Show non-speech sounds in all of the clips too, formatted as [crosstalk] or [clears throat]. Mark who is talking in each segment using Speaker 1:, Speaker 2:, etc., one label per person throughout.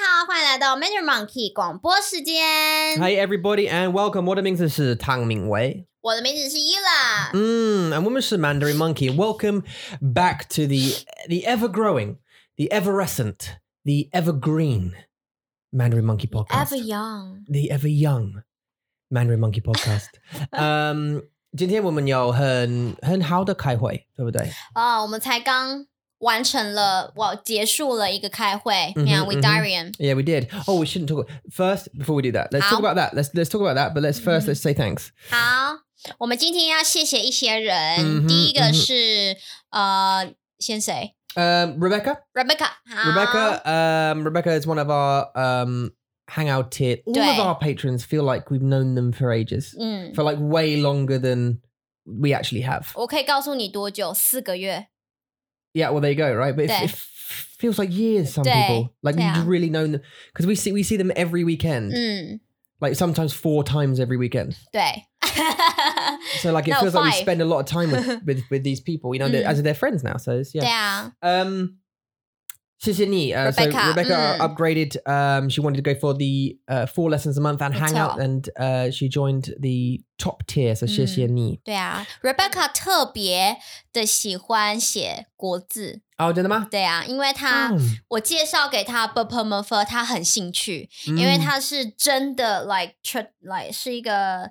Speaker 1: 好，欢迎来到 Major Monkey 广播时间。
Speaker 2: Hi everybody and welcome！我的名字是汤敏维。
Speaker 1: 我的名字是 Ella。
Speaker 2: 嗯，and Mm, 我们是 Mandarin Monkey。Welcome back to the the ever growing, the evanescent, the evergreen Mandarin Monkey podcast.
Speaker 1: Ever young，
Speaker 2: the ever young Mandarin Monkey podcast。嗯，今天我们有很很好的开会，对不对？
Speaker 1: 啊、我们才刚完成了，我结束了一个开会。
Speaker 2: 嗯哼
Speaker 1: Yeah, with
Speaker 2: 嗯哼
Speaker 1: Darian。
Speaker 2: Yeah, we did. Oh, we shouldn't talk first before we do that. Let's talk
Speaker 1: Ow.
Speaker 2: about that. Let's let's talk about that. But let's first let's say thanks.
Speaker 1: 好，我们今天要谢谢一些人。
Speaker 2: 嗯哼
Speaker 1: 第一个
Speaker 2: 嗯哼
Speaker 1: 是、呃，先谁
Speaker 2: Um, Rebecca.
Speaker 1: ？Rebecca 好。
Speaker 2: 嗯 Rebecca, um, Rebecca is one of our um, hangout tier. All
Speaker 1: Right.
Speaker 2: of our patrons feel like we've known them for ages,
Speaker 1: 嗯，
Speaker 2: for like way longer than we actually have.
Speaker 1: 我可以告诉你多久？四个月。
Speaker 2: Yeah, well, there you go, right? But it,
Speaker 1: Yeah.
Speaker 2: it f- feels like years. Some
Speaker 1: Yeah.
Speaker 2: people like we've
Speaker 1: Yeah. Mm.
Speaker 2: really known them because we see we see them every weekend,
Speaker 1: 嗯，
Speaker 2: like sometimes four times every weekend.
Speaker 1: 对。 [laughs]
Speaker 2: So like it
Speaker 1: No,
Speaker 2: feels like we
Speaker 1: five.
Speaker 2: spend a lot of
Speaker 1: [laughs]
Speaker 2: time with with, with these people, you know, they're-
Speaker 1: Mm.
Speaker 2: as they're friends now. So it's, yeah.
Speaker 1: 对啊，
Speaker 2: Um, 谢谢你. Uh, so
Speaker 1: Rebecca,
Speaker 2: Rebecca
Speaker 1: mm.
Speaker 2: upgraded. Um, she wanted to go for the uh, four lessons a month and
Speaker 1: That's
Speaker 2: hang out,
Speaker 1: all.
Speaker 2: and uh, she joined the top tier. So
Speaker 1: Mm.
Speaker 2: 谢谢你.
Speaker 1: 对啊，Rebecca 特别的喜欢写国字，
Speaker 2: 哦，真的吗？
Speaker 1: 对啊，因为她、我介绍给她 b u r p e r m u f e r 她很兴趣，因
Speaker 2: 嗯
Speaker 1: 为
Speaker 2: Mm.
Speaker 1: 她是真的 like tr- like 是一个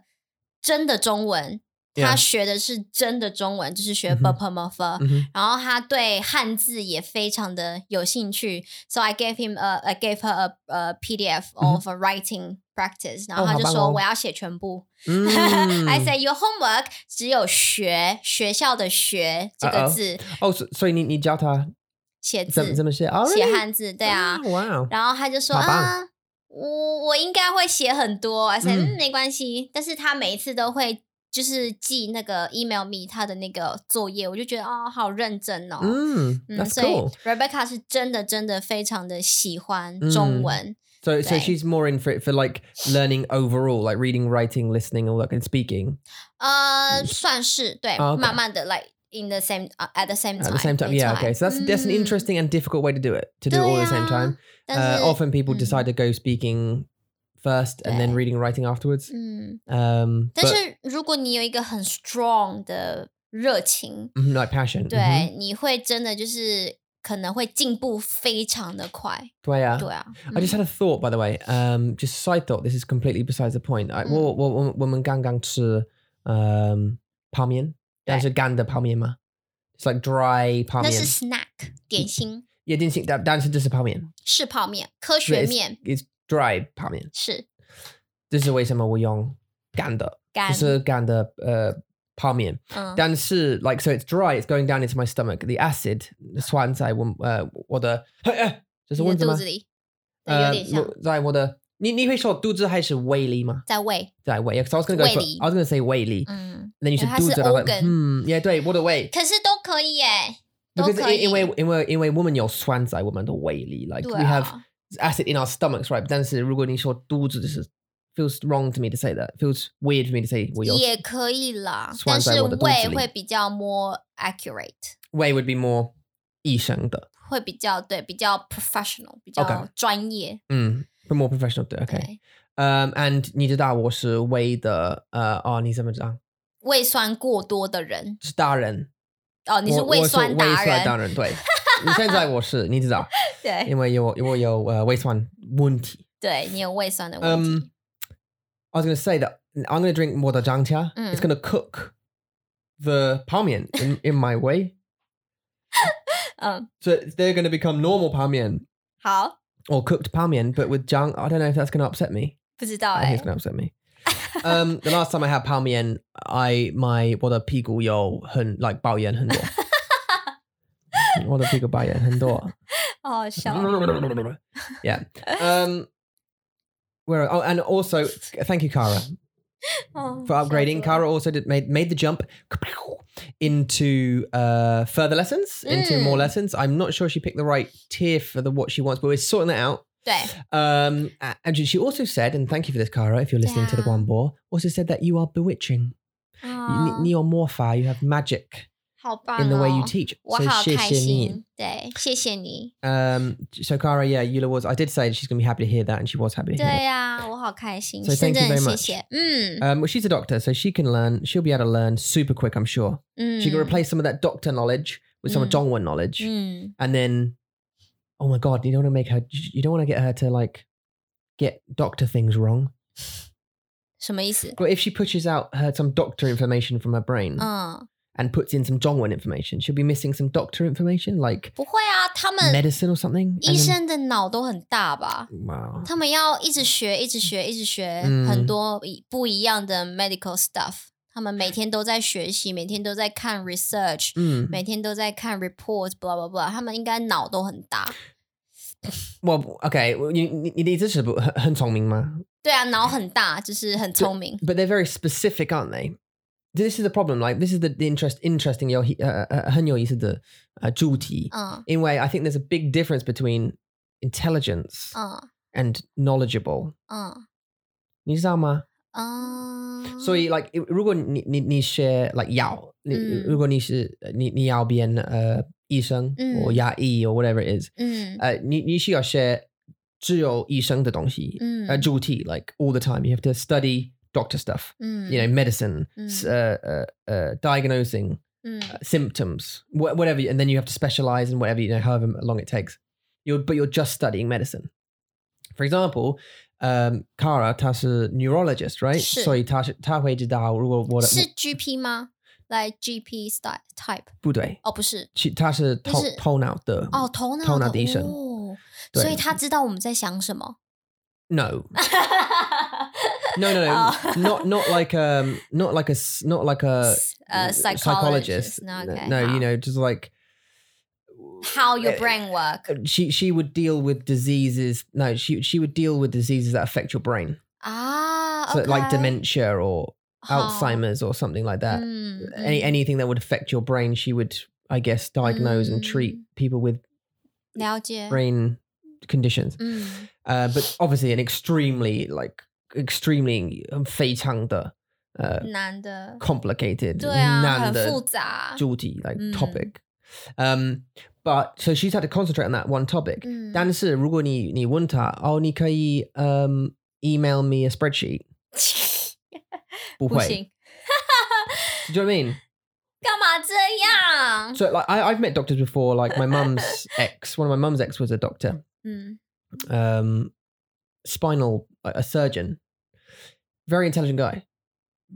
Speaker 1: 真的中文，她
Speaker 2: Yeah
Speaker 1: 学的是真的中文，就是学
Speaker 2: 嗯哼
Speaker 1: b u r p e r m u f e r
Speaker 2: 嗯哼。
Speaker 1: 然后她对汉字也非常的有兴趣，so I gave him a I gave her a a PDF
Speaker 2: 嗯哼
Speaker 1: of a writing practice，、然后
Speaker 2: 哦
Speaker 1: 她
Speaker 2: 好
Speaker 1: 就
Speaker 2: 棒
Speaker 1: 说
Speaker 2: 哦
Speaker 1: 我要写全部， [laughs] [laughs]
Speaker 2: 嗯。
Speaker 1: I say your homework 只有学学校的学这个
Speaker 2: 呃哦
Speaker 1: 字
Speaker 2: 哦，所-所以你-你教他
Speaker 1: 写
Speaker 2: 怎-
Speaker 1: 字
Speaker 2: 怎么写？哦，
Speaker 1: 写
Speaker 2: Oh, really？
Speaker 1: 汉字，对啊。
Speaker 2: Oh, wow.
Speaker 1: 然后他就说
Speaker 2: 好棒
Speaker 1: 啊，我我应该会写很多。I say 嗯
Speaker 2: 嗯
Speaker 1: 没关系，但是他每一次都会就是寄那个 email me 他的那个作业，我就觉得哦好认真哦。
Speaker 2: 嗯，
Speaker 1: 嗯，
Speaker 2: Mm. that's
Speaker 1: 所以
Speaker 2: cool.
Speaker 1: Rebecca 是真的真的非常的喜欢
Speaker 2: 嗯
Speaker 1: 中文，
Speaker 2: So, so
Speaker 1: Right.
Speaker 2: she's more in for it for like learning overall, like reading, writing, listening, all that, and speaking
Speaker 1: 呃，算是对，
Speaker 2: 哦，OK
Speaker 1: 慢慢的 like in the same、at 啊 the same
Speaker 2: at
Speaker 1: time
Speaker 2: the same time.
Speaker 1: 没
Speaker 2: Yeah,
Speaker 1: time
Speaker 2: okay. So that's that's an
Speaker 1: 嗯
Speaker 2: interesting and difficult way to do it, to do it all at the same
Speaker 1: 对啊
Speaker 2: time.
Speaker 1: 但是、
Speaker 2: uh, often people
Speaker 1: mm.
Speaker 2: decide to go speaking first and then
Speaker 1: Yeah.
Speaker 2: reading and writing afterwards.
Speaker 1: 嗯，
Speaker 2: Um,
Speaker 1: 但
Speaker 2: but,
Speaker 1: 是如果你有一个很 strong 的热情，
Speaker 2: Mhm, like passion.
Speaker 1: 对，
Speaker 2: mhm.
Speaker 1: 你会真的就是可能会进步非常的快，
Speaker 2: 对啊。
Speaker 1: 对啊。
Speaker 2: I just
Speaker 1: 嗯
Speaker 2: had a thought, by the way. Um, just a side thought. This is completely besides the point. I,
Speaker 1: 嗯。
Speaker 2: 我-我-我-我们刚刚吃, um, 泡面,但是干的泡面嘛。It's like dry
Speaker 1: 那是
Speaker 2: 泡面.嗯
Speaker 1: snack 点心，
Speaker 2: Yeah, didn't think that. 但是这是泡面。
Speaker 1: 是泡面，科学
Speaker 2: It's-
Speaker 1: 面
Speaker 2: It's dry 泡面。
Speaker 1: 是
Speaker 2: 这是为什么我用干的，
Speaker 1: 干，
Speaker 2: uh, 就是干的，呃，泡面。
Speaker 1: 嗯
Speaker 2: Dan Su, like, so it's dry, it's going down into my stomach. The acid, the swan, I want, uh, what [gasps] the,
Speaker 1: 你的肚子里，对有
Speaker 2: uh,
Speaker 1: 点像
Speaker 2: 就是问什么？呃，在我的，你你会说肚子还是胃里吗？在胃，yeah.
Speaker 1: 在喂，
Speaker 2: So I was gonna go for,
Speaker 1: 胃里。
Speaker 2: I was gonna say 胃里，
Speaker 1: 嗯，
Speaker 2: then you
Speaker 1: 因为
Speaker 2: said
Speaker 1: 它是
Speaker 2: 肚子，and I was like,
Speaker 1: organ。
Speaker 2: hmm, yeah, 对，我的胃。
Speaker 1: 可是都可以耶，都
Speaker 2: Because
Speaker 1: 可以，
Speaker 2: 因-因为-因为-因为我们有酸在我们的胃里，like
Speaker 1: 对
Speaker 2: we have
Speaker 1: 啊，
Speaker 2: acid in our stomachs, right? 但是如果你说肚子，就是 feels wrong to me to say that. Feels weird for me to say 我有
Speaker 1: 也可以啦，但
Speaker 2: 酸在
Speaker 1: 是
Speaker 2: 我的肚子
Speaker 1: 胃
Speaker 2: 里
Speaker 1: 会比较 more accurate。
Speaker 2: 胃 would be more 医生的。
Speaker 1: 会比较对，比较 professional，比较
Speaker 2: OK
Speaker 1: 专业。
Speaker 2: 嗯，for Mm. more professional 对，OK。
Speaker 1: 对，
Speaker 2: 嗯，and 你知道我是唯一的呃哦，你怎么知道？
Speaker 1: 胃酸过多的人
Speaker 2: 是达人，
Speaker 1: 哦，你是
Speaker 2: 我我
Speaker 1: 胃
Speaker 2: 胃
Speaker 1: 酸达
Speaker 2: 酸达
Speaker 1: 人，
Speaker 2: 人，对。你现在我是你
Speaker 1: [laughs]
Speaker 2: 知道，
Speaker 1: 对
Speaker 2: 因为有我有呃胃酸问题。
Speaker 1: 对，你有胃酸的问
Speaker 2: 嗯
Speaker 1: 题。
Speaker 2: I was gonna say that I'm gonna drink more 的姜茶
Speaker 1: 嗯
Speaker 2: ，it's gonna cook the 泡面
Speaker 1: [laughs]
Speaker 2: in in my way,
Speaker 1: 嗯，
Speaker 2: so they're gonna become normal 泡面
Speaker 1: 好，
Speaker 2: or cooked 泡面, but with 姜 I don't know if that's gonna upset me.
Speaker 1: 不知道
Speaker 2: I
Speaker 1: 哎
Speaker 2: think it's，gonna Oh, upset me. um, the last time I had pao mian, I my what a pickle yo hun like bao yan hen What a pickle bao yan hen
Speaker 1: 好
Speaker 2: 嗯
Speaker 1: 好哦笑。
Speaker 2: Yeah. Um, where oh, and also thank you, Kara,
Speaker 1: 哦
Speaker 2: for
Speaker 1: 笑死
Speaker 2: upgrading.
Speaker 1: 我
Speaker 2: Kara also did made made the jump into uh further lessons, into more
Speaker 1: Mm.
Speaker 2: lessons. I'm not sure she picked the right tier for the what she wants, but we're sorting that out.
Speaker 1: 对
Speaker 2: Um, a- and she also said, and thank you for this, Cara, if you're listening to the
Speaker 1: Yeah.
Speaker 2: Guanbo, also said that you are bewitching.
Speaker 1: 哦
Speaker 2: You, you are morpha, you have magic.
Speaker 1: 好棒、哦、
Speaker 2: in the way you teach.
Speaker 1: 我
Speaker 2: So
Speaker 1: 好
Speaker 2: 谢
Speaker 1: 开
Speaker 2: 谢你
Speaker 1: 心。对，谢谢你。
Speaker 2: Um, so Cara, yeah, Eula was. I did say she's gonna be happy to hear that, and she was happy
Speaker 1: 对
Speaker 2: to hear. it.
Speaker 1: 呀、我好开心
Speaker 2: So
Speaker 1: 真
Speaker 2: thank you
Speaker 1: 的
Speaker 2: very
Speaker 1: 谢
Speaker 2: much
Speaker 1: 谢。嗯
Speaker 2: Um, well, she's a doctor, so she can learn. She'll be able to learn super quick, I'm sure.
Speaker 1: 嗯
Speaker 2: She can replace some of that doctor knowledge with some of
Speaker 1: Mm.
Speaker 2: Dongwon knowledge,
Speaker 1: 嗯
Speaker 2: and then, oh my god, you don't want to make her. You don't want to get her to like get doctor things wrong.
Speaker 1: 什么意思？
Speaker 2: But if she pushes out her some doctor information from her brain
Speaker 1: 嗯，
Speaker 2: and puts in some Dongwon information, she'll be missing some doctor information like
Speaker 1: 不会啊，他们
Speaker 2: medicine or something.
Speaker 1: 医
Speaker 2: and then-
Speaker 1: 生的脑都很大吧？
Speaker 2: wow.
Speaker 1: 他们要一直学，一直学，一直学
Speaker 2: 嗯
Speaker 1: 很多一不一样的 medical stuff。他们每天都在学习，每天都在看 research，
Speaker 2: Mm.
Speaker 1: 每天都在看 report，blah blah blah。他们应该脑都很大，
Speaker 2: Well, okay. Well, you, you you need this, but 很聪明吗？
Speaker 1: 对啊，脑很大，就是很聪明。
Speaker 2: But they're very specific, aren't they? This is the problem. Like this is the, the interest. Interesting. uh, 有很有意思的主题。
Speaker 1: 嗯
Speaker 2: uh, In way, I think there's a big difference between intelligence
Speaker 1: 嗯
Speaker 2: and knowledgeable.
Speaker 1: 嗯
Speaker 2: 你知道吗？
Speaker 1: 嗯，
Speaker 2: 所以，like，如果你你你学 like 药，你、
Speaker 1: 嗯
Speaker 2: 如果你是你你要变呃医生，
Speaker 1: 嗯
Speaker 2: 或牙医，or whatever it is，
Speaker 1: 嗯
Speaker 2: 呃，你你需要学只有医生的东西，
Speaker 1: 嗯
Speaker 2: 呃，主题，like all the time，you have to study doctor stuff。
Speaker 1: 嗯
Speaker 2: You know, medicine,
Speaker 1: 嗯
Speaker 2: s- 呃呃呃 diagnosing
Speaker 1: 嗯
Speaker 2: uh, symptoms, wha- whatever, and then you have to specialize in whatever you know, however long it takes. You're but you're just studying medicine. For example, um, Kara, 她是 neurologist, right?
Speaker 1: 是。
Speaker 2: 所以她是她会知道，如果我的
Speaker 1: 是 GP 吗？来 GP style type 哦，不是不是。
Speaker 2: 不对，她是头头脑的
Speaker 1: 哦，头脑
Speaker 2: 头脑的医生
Speaker 1: 哦，
Speaker 2: 对
Speaker 1: 所以他知道我们在想什么。
Speaker 2: No, no, no, no,
Speaker 1: [laughs] Oh.
Speaker 2: not not like um, not like a s- not like a
Speaker 1: uh, psychologist.
Speaker 2: psychologist.
Speaker 1: No,
Speaker 2: No,
Speaker 1: okay,
Speaker 2: no,
Speaker 1: how?
Speaker 2: you know, just like
Speaker 1: How your
Speaker 2: Uh,
Speaker 1: brain work?
Speaker 2: she she would deal with diseases. No, she she would deal with diseases that affect your brain,
Speaker 1: 啊
Speaker 2: so
Speaker 1: ，OK，
Speaker 2: like dementia or
Speaker 1: 好
Speaker 2: Alzheimer's or something like that.
Speaker 1: 嗯，
Speaker 2: Any
Speaker 1: 嗯
Speaker 2: anything that would affect your brain, she would, I guess, diagnose and treat
Speaker 1: Mm.
Speaker 2: people with
Speaker 1: 了解，Mm.
Speaker 2: brain conditions.
Speaker 1: 嗯
Speaker 2: Uh, but obviously, an extremely like extremely 非常的 uh,
Speaker 1: 难的，
Speaker 2: complicated
Speaker 1: 对啊，很复
Speaker 2: 难的
Speaker 1: 杂，
Speaker 2: 主题 like
Speaker 1: Mm.
Speaker 2: topic. Um, but so she's had to concentrate on that one topic.
Speaker 1: 嗯，
Speaker 2: 但是如果你你问他，哦，你可以 um email me a spreadsheet，
Speaker 1: 不
Speaker 2: 不会。
Speaker 1: 行， [laughs]
Speaker 2: Do you know what I mean?
Speaker 1: 干嘛这样？
Speaker 2: So like I, I've met doctors before. Like my
Speaker 1: [laughs]
Speaker 2: mum's ex, one of my mum's ex was a doctor,
Speaker 1: 嗯
Speaker 2: um, spinal a a surgeon, very intelligent guy,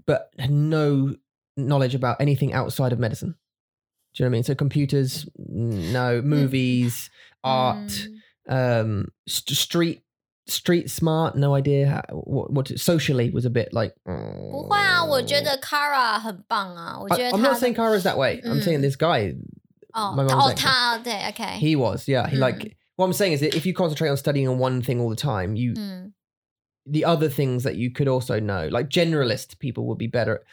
Speaker 2: but had no knowledge about anything outside of medicine. Do you know what I mean? So computers,
Speaker 1: Mm.
Speaker 2: no movies, art,
Speaker 1: 嗯 Mm.
Speaker 2: um, st- street. Street smart, no idea how, what what to- socially was a bit like.
Speaker 1: 不会啊，我觉
Speaker 2: 哦
Speaker 1: 得 Kara 很棒啊，我
Speaker 2: I,
Speaker 1: 觉得
Speaker 2: am
Speaker 1: 他
Speaker 2: not saying Kara's that way. I'm saying
Speaker 1: Mm.
Speaker 2: this guy,
Speaker 1: 哦
Speaker 2: my mom's
Speaker 1: 哦
Speaker 2: actor.
Speaker 1: 他对 OK，
Speaker 2: he was, yeah. He
Speaker 1: Eh. Mm.
Speaker 2: like what I'm saying is that if you concentrate on studying on one thing all the time, you
Speaker 1: 嗯
Speaker 2: the other things that you could also know, like generalist people would be better. At,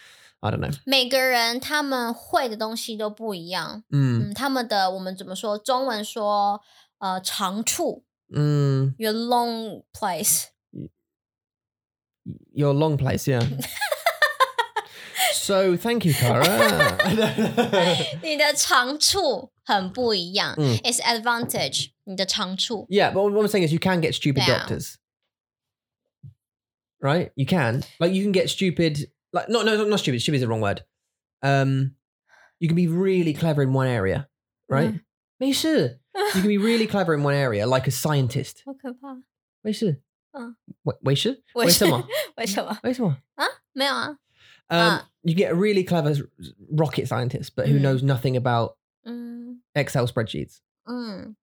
Speaker 2: I don't know.
Speaker 1: 每个人他们会的东西都不一样，
Speaker 2: Mm.
Speaker 1: 嗯，他们的我们怎么说？中文说呃长处
Speaker 2: Mm.
Speaker 1: your long place，
Speaker 2: Your long
Speaker 1: [laughs]
Speaker 2: place, yeah. so thank you, Kara.
Speaker 1: 你的长处很不一样、
Speaker 2: 嗯
Speaker 1: i t s advantage，你的长处，
Speaker 2: yeah, but what I'm saying is you can get stupid
Speaker 1: Yeah.
Speaker 2: doctors, right? You can like you can get stupid. Like no, no, not- not stupid. Stupid is the wrong word. Um, you can be really clever in one area, right?
Speaker 1: Mm.
Speaker 2: 没事。You can be really clever in one area, like a scientist.
Speaker 1: [laughs] 好可怕，
Speaker 2: 没事。
Speaker 1: 嗯。
Speaker 2: 为-为是？
Speaker 1: 为
Speaker 2: 为什么？
Speaker 1: 为什么？ [laughs]
Speaker 2: 为什么？
Speaker 1: 没有啊，
Speaker 2: Um,
Speaker 1: Ah.
Speaker 2: You get a really clever s- rocket scientist, but who
Speaker 1: Mm.
Speaker 2: knows nothing about
Speaker 1: 嗯
Speaker 2: Excel spreadsheets.
Speaker 1: 嗯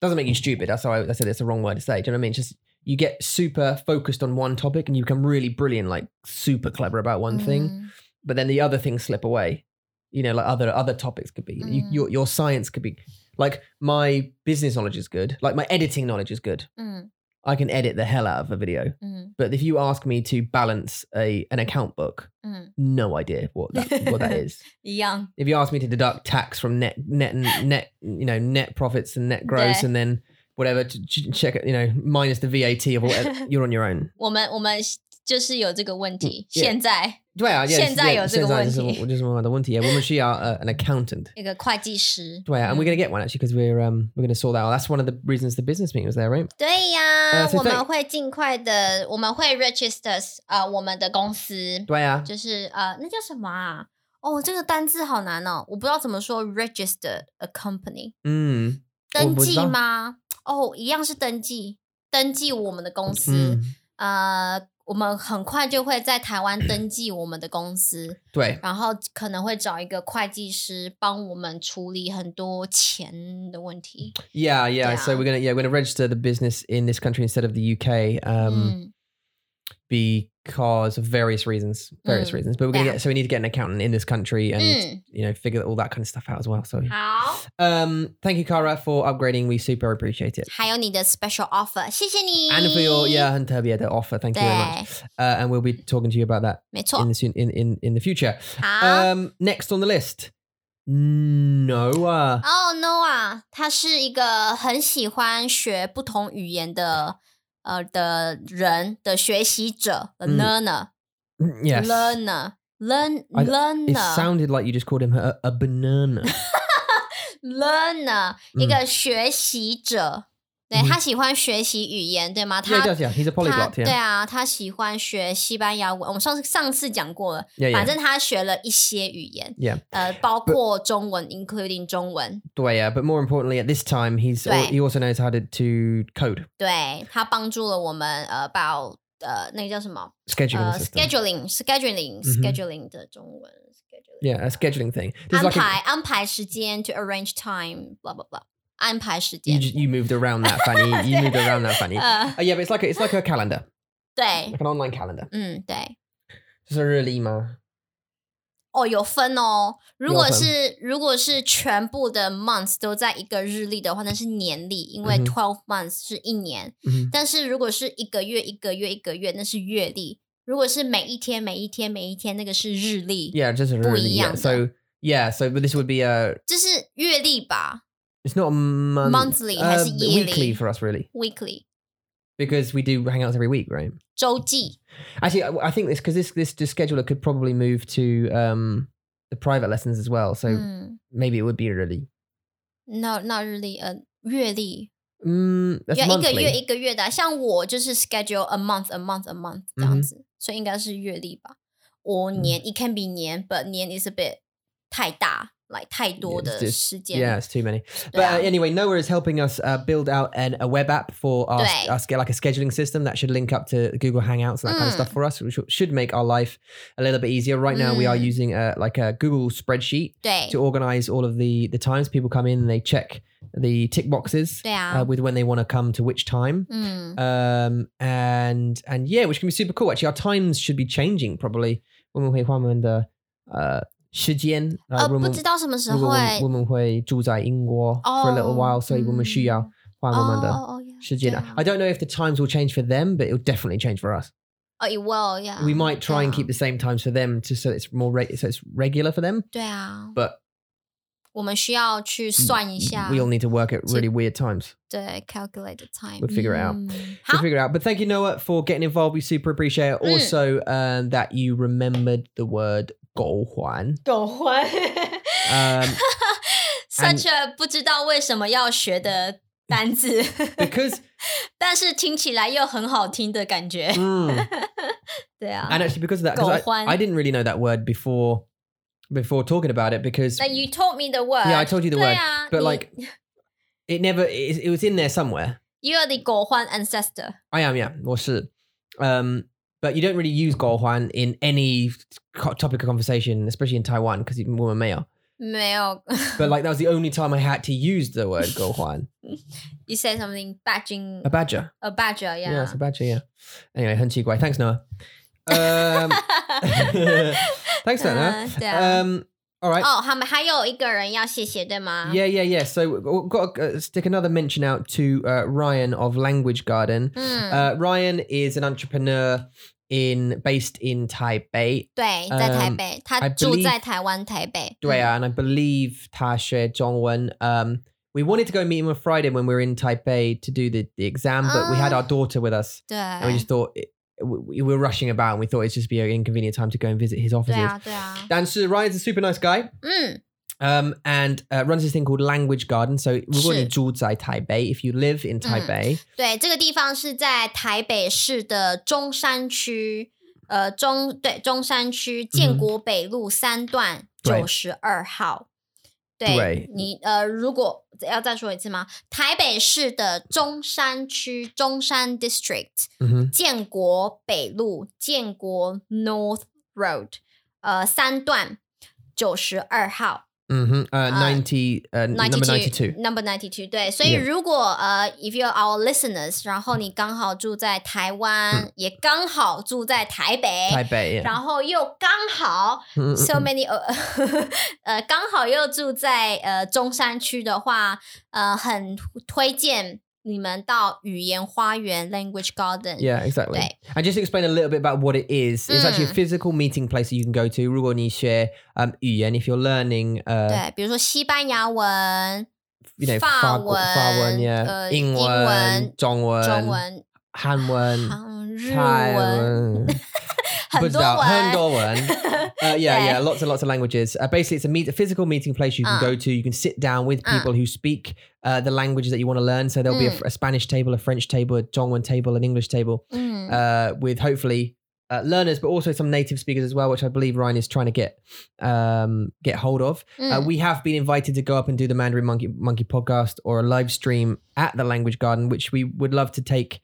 Speaker 2: Doesn't make you stupid. That's how I, I said it's the wrong word to say. Do you know what I mean? It's just you get super focused on one topic and you become really brilliant, like super clever about one thing,
Speaker 1: 嗯
Speaker 2: but then the other things slip away. You know, like other other topics could be you,
Speaker 1: Mm.
Speaker 2: your your science could be like my business knowledge is good, like my editing knowledge is good.
Speaker 1: 嗯
Speaker 2: I can edit the hell out of a video.
Speaker 1: 嗯
Speaker 2: But if you ask me to balance a an account book,
Speaker 1: 嗯，
Speaker 2: no idea what that,
Speaker 1: [laughs]
Speaker 2: what that is.
Speaker 1: 一样，
Speaker 2: If you ask me to deduct tax from net net net you know net profits and net gross,
Speaker 1: Yeah.
Speaker 2: and then whatever to ch- check it you know minus the VAT of
Speaker 1: [laughs]
Speaker 2: whatever you're on your own
Speaker 1: 我们我们就是有这个问题，
Speaker 2: 嗯 yeah.
Speaker 1: 现在
Speaker 2: yeah,
Speaker 1: 现在有这个问题。
Speaker 2: 现在就是我就是问的问题，我们需要 uh, an accountant
Speaker 1: 一个会计师，嗯
Speaker 2: 对 and
Speaker 1: Mm.
Speaker 2: we're gonna get one actually because we're um we're gonna sort that out that's one of the reasons the business meeting was there right
Speaker 1: 对呀
Speaker 2: 呃，所以
Speaker 1: 我们会尽快的，我们会 register 呃我们的公司，
Speaker 2: 对啊
Speaker 1: 就是呃那叫什么啊？哦，这个单字好难哦，我不知道怎么说 register a company
Speaker 2: 嗯我
Speaker 1: 登
Speaker 2: 不知
Speaker 1: 记
Speaker 2: 道
Speaker 1: 吗？哦，一样是登记，登记我们的公司，
Speaker 2: 嗯
Speaker 1: 呃，我们很快就会在台湾登记我们的公司，
Speaker 2: 对
Speaker 1: 然后可能会找一个会计师帮我们处理很多钱的问题。
Speaker 2: yeah yeah so
Speaker 1: Yeah.
Speaker 2: we're gonna yeah we're gonna register the business in this country instead of the UK um
Speaker 1: 嗯，
Speaker 2: because of various reasons various
Speaker 1: Mm.
Speaker 2: reasons but we're gonna
Speaker 1: Yeah. Mm.
Speaker 2: get so we need to get an accountant in this country and
Speaker 1: 嗯
Speaker 2: you know figure all that kind of stuff out as well so
Speaker 1: 好，
Speaker 2: um thank you Kara for upgrading we super appreciate it
Speaker 1: 还有你的 special offer，谢谢你。
Speaker 2: and for your yeah and Toby, yeah, the offer thank you very much 嗯
Speaker 1: 对，
Speaker 2: uh, and we'll be talking to you about that
Speaker 1: 没
Speaker 2: in
Speaker 1: 错。
Speaker 2: the soon, in, in in the future.
Speaker 1: 好。
Speaker 2: Um, next on the list, Noah.
Speaker 1: 哦、n o a h 他是一个很喜欢学不同语言的呃的人的学习者，a
Speaker 2: 嗯
Speaker 1: learner，learner，learn、
Speaker 2: [clears throat] Yes,
Speaker 1: learn
Speaker 2: I- it
Speaker 1: learner。
Speaker 2: sounded like you just called him a, a
Speaker 1: [laughs]
Speaker 2: banana.
Speaker 1: learner，、
Speaker 2: 嗯
Speaker 1: 一个学习者。对、
Speaker 2: 嗯哼
Speaker 1: 他喜欢学习语言，对吗？
Speaker 2: yeah, he
Speaker 1: 他
Speaker 2: does. Yeah, he's a
Speaker 1: 他
Speaker 2: polyglot.
Speaker 1: 对
Speaker 2: Yeah,
Speaker 1: 啊，他喜欢学西班牙文。我们上次上次讲过了，
Speaker 2: yeah,
Speaker 1: 反
Speaker 2: yeah.
Speaker 1: 正他学了一些语言，
Speaker 2: Yeah,
Speaker 1: 呃，包括中文，including 中文。
Speaker 2: 对, yeah, but more importantly, at this time, he's
Speaker 1: Right.
Speaker 2: he also knows how to, to code
Speaker 1: 对他帮助了我们呃把呃那个叫什么
Speaker 2: scheduling
Speaker 1: 呃
Speaker 2: system. 嗯
Speaker 1: scheduling scheduling
Speaker 2: 哼
Speaker 1: scheduling 的中文 scheduling
Speaker 2: Yeah, a scheduling thing.
Speaker 1: 安
Speaker 2: This is like
Speaker 1: 排
Speaker 2: a,
Speaker 1: 安排时间 to arrange time，blah blah blah，安排时
Speaker 2: you
Speaker 1: 间。
Speaker 2: just, you moved around that Fanny. You, you moved around that Fanny. Uh,
Speaker 1: 呃，
Speaker 2: yeah, but it's like a, it's like a calendar,
Speaker 1: 对，
Speaker 2: like an online calendar.
Speaker 1: 嗯，对。
Speaker 2: It's a really ma.
Speaker 1: 哦，有分哦。如
Speaker 2: 有
Speaker 1: 果
Speaker 2: 分
Speaker 1: 是如果是全部的 months 都在一个日历的话，那是年历，因为
Speaker 2: 嗯哼
Speaker 1: twelve months 是一年。
Speaker 2: 嗯哼
Speaker 1: 但是如果是一个月一个月一个月，那是月历。如果是每一天每一天每一天，那个是日历。
Speaker 2: Yeah, just a really yeah.
Speaker 1: 不一样的。
Speaker 2: So yeah, so but this would be a
Speaker 1: 这是月历吧
Speaker 2: It's not a month, uh,
Speaker 1: Monthly 还是
Speaker 2: but
Speaker 1: yearly？
Speaker 2: weekly for us really
Speaker 1: ？Weekly
Speaker 2: because we do hangouts every week, right?
Speaker 1: 周记。
Speaker 2: Actually, I, I think this because this, this this scheduler could probably move to um the private lessons as well, so
Speaker 1: 嗯，
Speaker 2: maybe it would be really.
Speaker 1: 那那日历呃月历，
Speaker 2: Mm, that's
Speaker 1: 要一个
Speaker 2: monthly.
Speaker 1: 月一个月的啊、像我就是 schedule a month a month a month 这
Speaker 2: 嗯哼
Speaker 1: 样子，所以应该是月历吧。我
Speaker 2: 嗯
Speaker 1: 年、it can be 年，but 年 is a bit 太大，like 太多
Speaker 2: Yeah, it's
Speaker 1: 的
Speaker 2: just-
Speaker 1: 时间。啊
Speaker 2: yeah, it's too many. But
Speaker 1: Yeah.
Speaker 2: uh, anyway, Noah is helping us uh, build out an, a web app for our,
Speaker 1: Right.
Speaker 2: our sch- like a scheduling system that should link up to Google Hangouts and that kind of stuff
Speaker 1: Mm.
Speaker 2: for us, which should make our life a little bit easier. Right now, we are
Speaker 1: Mm.
Speaker 2: using uh, like a Google spreadsheet
Speaker 1: 对
Speaker 2: to organize all of the the times people come in and they check the tick boxes
Speaker 1: 对啊
Speaker 2: uh, with when they want to come to which time
Speaker 1: 嗯，
Speaker 2: um and and yeah which can be super cool actually our times should be changing probably when we and uh 时间,
Speaker 1: 呃，
Speaker 2: uh,
Speaker 1: 不知道什么时候哎、
Speaker 2: 我们会住在英国 for a little
Speaker 1: 哦，
Speaker 2: while, so
Speaker 1: 嗯。哦
Speaker 2: 我们需要换我们的时间。
Speaker 1: 哦哦，yeah，对啊
Speaker 2: I don't know if the times will change for them, but it'll definitely change for us.
Speaker 1: 哦，it will yeah，
Speaker 2: We might try and keep
Speaker 1: 对
Speaker 2: the same times for them, just so it's more re- so it's regular for them.
Speaker 1: 啊对啊，
Speaker 2: But
Speaker 1: 我们需要去算一下
Speaker 2: we all need to work at
Speaker 1: So-
Speaker 2: really weird
Speaker 1: [laughs]
Speaker 2: times.
Speaker 1: 对 calculate the time，
Speaker 2: We'll figure it out [laughs]
Speaker 1: 嗯
Speaker 2: We'll
Speaker 1: 好，
Speaker 2: figure it out. But thank you, Noah, for getting involved. We super appreciate it.
Speaker 1: Mm.
Speaker 2: Also, um, that you remembered the word Gohuan.
Speaker 1: 狗 [laughs] 魂 [laughs]
Speaker 2: Um, 嗯
Speaker 1: ，such a 不知道为什么要学的单字。 [laughs]
Speaker 2: because,
Speaker 1: 但是听起来又很好听的感觉。
Speaker 2: mm,
Speaker 1: [laughs] 对啊， [laughs]
Speaker 2: and actually because of that, 'cause I,
Speaker 1: Gohuan.
Speaker 2: I didn't really know that word before before talking about it because,
Speaker 1: But you taught me the word.
Speaker 2: yeah, I told you the
Speaker 1: 对
Speaker 2: word,
Speaker 1: 啊
Speaker 2: Uh, but
Speaker 1: 你
Speaker 2: like it never, it, it was in there somewhere.
Speaker 1: you are the 狗欢 ancestor.
Speaker 2: I am, yeah, 我是. Um, but you don't really use Gohuan in any co- topic of conversation, especially in Taiwan, because woman male.
Speaker 1: 没有
Speaker 2: But like that was the only time I had to use the word Gohuan.
Speaker 1: ，you said something badging
Speaker 2: A badger.
Speaker 1: a badger.
Speaker 2: [laughs] Yeah,
Speaker 1: Yeah.
Speaker 2: it's a badger, yeah. Anyway, Hun Guai. Thanks, Noah. Um,
Speaker 1: [laughs]
Speaker 2: [laughs] thanks, for that,
Speaker 1: 嗯对
Speaker 2: Noah.
Speaker 1: 啊。
Speaker 2: Um, all right.
Speaker 1: 哦，还没还有一个人要谢谢对吗？
Speaker 2: Yeah, yeah, yeah. So we've got to uh, stick another mention out to uh, Ryan of Language Garden.
Speaker 1: 嗯，
Speaker 2: Uh, Ryan is an entrepreneur in based in Taipei.
Speaker 1: 对，在台
Speaker 2: um,
Speaker 1: 北，他
Speaker 2: I
Speaker 1: 住
Speaker 2: believe- 啊
Speaker 1: 在台湾台北。
Speaker 2: Dwayne, and I believe Tasha Zhongwen. Um, We wanted to go meet him on Friday when we were in Taipei to do the, the exam, but we had
Speaker 1: Ah.
Speaker 2: our daughter with us.
Speaker 1: 对
Speaker 2: And we just thought it, we, we were rushing about and we thought it'd just be an inconvenient time to go and visit his
Speaker 1: 对
Speaker 2: offices.
Speaker 1: 啊对啊，
Speaker 2: Dan Ryan's a super nice guy
Speaker 1: 嗯
Speaker 2: um, and uh, runs this thing called Language Garden. So,
Speaker 1: 是。
Speaker 2: 如果你住在 Taipei, if you live
Speaker 1: Mm.
Speaker 2: in Taipei,
Speaker 1: 对，这个地方是在台北市的中山区。呃，中对中山区建
Speaker 2: 嗯
Speaker 1: 国北路三段
Speaker 2: 对
Speaker 1: 九十二号，对
Speaker 2: 对
Speaker 1: 你呃，如果要再说一次吗？台北市的中山区中山 District
Speaker 2: 嗯哼，
Speaker 1: 建国北路建国 North Road 呃三段九十二号
Speaker 2: 嗯哼，呃，
Speaker 1: Uh,
Speaker 2: 90, mm-hmm. uh, number 92.
Speaker 1: number ninety two 对，所以
Speaker 2: Yeah. 嗯
Speaker 1: 如果呃、if you're our listeners，然后你刚好住在台湾，也刚好住在台北。
Speaker 2: Taipei, yeah.
Speaker 1: 然后又刚好
Speaker 2: Mm, mm,
Speaker 1: so
Speaker 2: mm.
Speaker 1: many 呃 [laughs] 呃刚好又住在呃中山区的话，呃很推荐你们到语言花园 Language Garden。
Speaker 2: Yeah, exactly.
Speaker 1: Right.
Speaker 2: And just to explain a little bit about what it is, it's actually a
Speaker 1: Mm.
Speaker 2: physical meeting place that you can go to. 如果你学 um 语言, if you're learning uh
Speaker 1: 对，比如说西班牙文、
Speaker 2: you know
Speaker 1: 法
Speaker 2: 法
Speaker 1: 文、
Speaker 2: 法文 yeah
Speaker 1: 呃
Speaker 2: 英文、
Speaker 1: 中
Speaker 2: 中文、
Speaker 1: 文、
Speaker 2: 韩文、
Speaker 1: 韩日文，
Speaker 2: 泰文。 [laughs]
Speaker 1: 很多
Speaker 2: 不知道，
Speaker 1: 文。
Speaker 2: 很多文。Uh, [laughs] yeah, Ah.
Speaker 1: 对
Speaker 2: yeah, lots and lots of languages. Uh, basically, it's a, meet, a physical meeting place you can
Speaker 1: Uh.
Speaker 2: go to. You can sit down with
Speaker 1: Uh.
Speaker 2: people who speak uh, the languages that you want to learn. So there'll be a,
Speaker 1: Mm.
Speaker 2: fr- a Spanish table, a French table, a Dongwon table, an English table.
Speaker 1: [laughs] 嗯，
Speaker 2: uh, with hopefully uh, learners, but also some native speakers as well, which I believe Ryan is trying to get um, get hold of. Uh,
Speaker 1: 嗯
Speaker 2: we have been invited to go up and do the Mandarin Monkey Monkey podcast or a live stream at the Language Garden, which we would love to take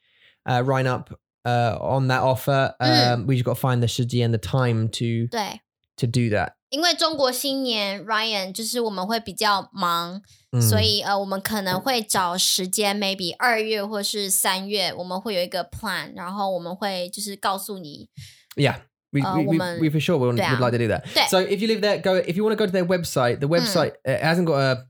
Speaker 2: uh, Ryan up uh, on that offer. Um,
Speaker 1: Mm.
Speaker 2: We just got to find the shiji and the time to
Speaker 1: 对，
Speaker 2: to do that.
Speaker 1: 因为中国新年 Ryan 就是我们会比较忙，
Speaker 2: Mm.
Speaker 1: 所以呃，我们可能会找时间，maybe 二月或是三月，我们会有一个 plan，然后我们会就是告诉你，
Speaker 2: Yeah. We,
Speaker 1: Uh,
Speaker 2: we, we,
Speaker 1: woman-
Speaker 2: we for sure would,
Speaker 1: Yeah.
Speaker 2: would like to do that.
Speaker 1: Yeah.
Speaker 2: So if you live there, go. If you want to go to their website,
Speaker 1: Hmm.
Speaker 2: the website uh, hasn't got a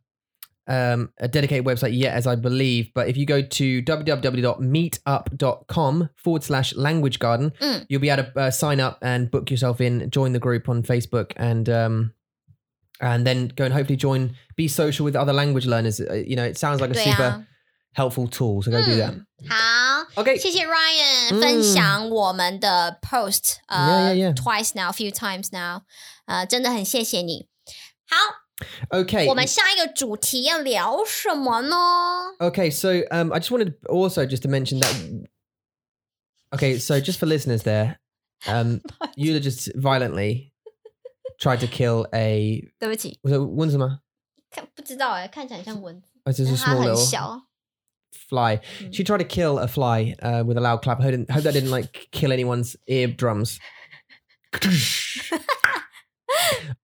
Speaker 2: um, a dedicated website yet, as I believe. But if you go to www.meetup.com forward slash language garden,
Speaker 1: Mm.
Speaker 2: you'll be able to uh, sign up and book yourself in, join the group on Facebook, and um, and then go and hopefully join, be social with other language learners. Uh, you know, it sounds like a
Speaker 1: 对
Speaker 2: super
Speaker 1: 啊，
Speaker 2: helpful tool. So go do
Speaker 1: Hmm.
Speaker 2: that.
Speaker 1: 好。
Speaker 2: Okay.
Speaker 1: 谢谢 Ryan
Speaker 2: 嗯
Speaker 1: 分享我们的 post，呃
Speaker 2: Yeah, yeah, yeah.
Speaker 1: ，twice now, few times now，呃，真的很谢谢你。好，
Speaker 2: Okay.
Speaker 1: 我们下一个主题要聊什么呢？
Speaker 2: Okay, so um, I just wanted also just to mention that. Okay, so just for listeners there, um, Eula just violently tried to kill a
Speaker 1: 对不起，
Speaker 2: was it Wunzuma?
Speaker 1: 看不知道哎，看起来很像蚊子，
Speaker 2: It's just
Speaker 1: 但它
Speaker 2: a small
Speaker 1: 很
Speaker 2: little
Speaker 1: 小。
Speaker 2: fly.
Speaker 1: Ah, Mm.
Speaker 2: She tried to kill a fly uh, with a loud clap. I hope, hope that didn't like kill anyone's eardrums.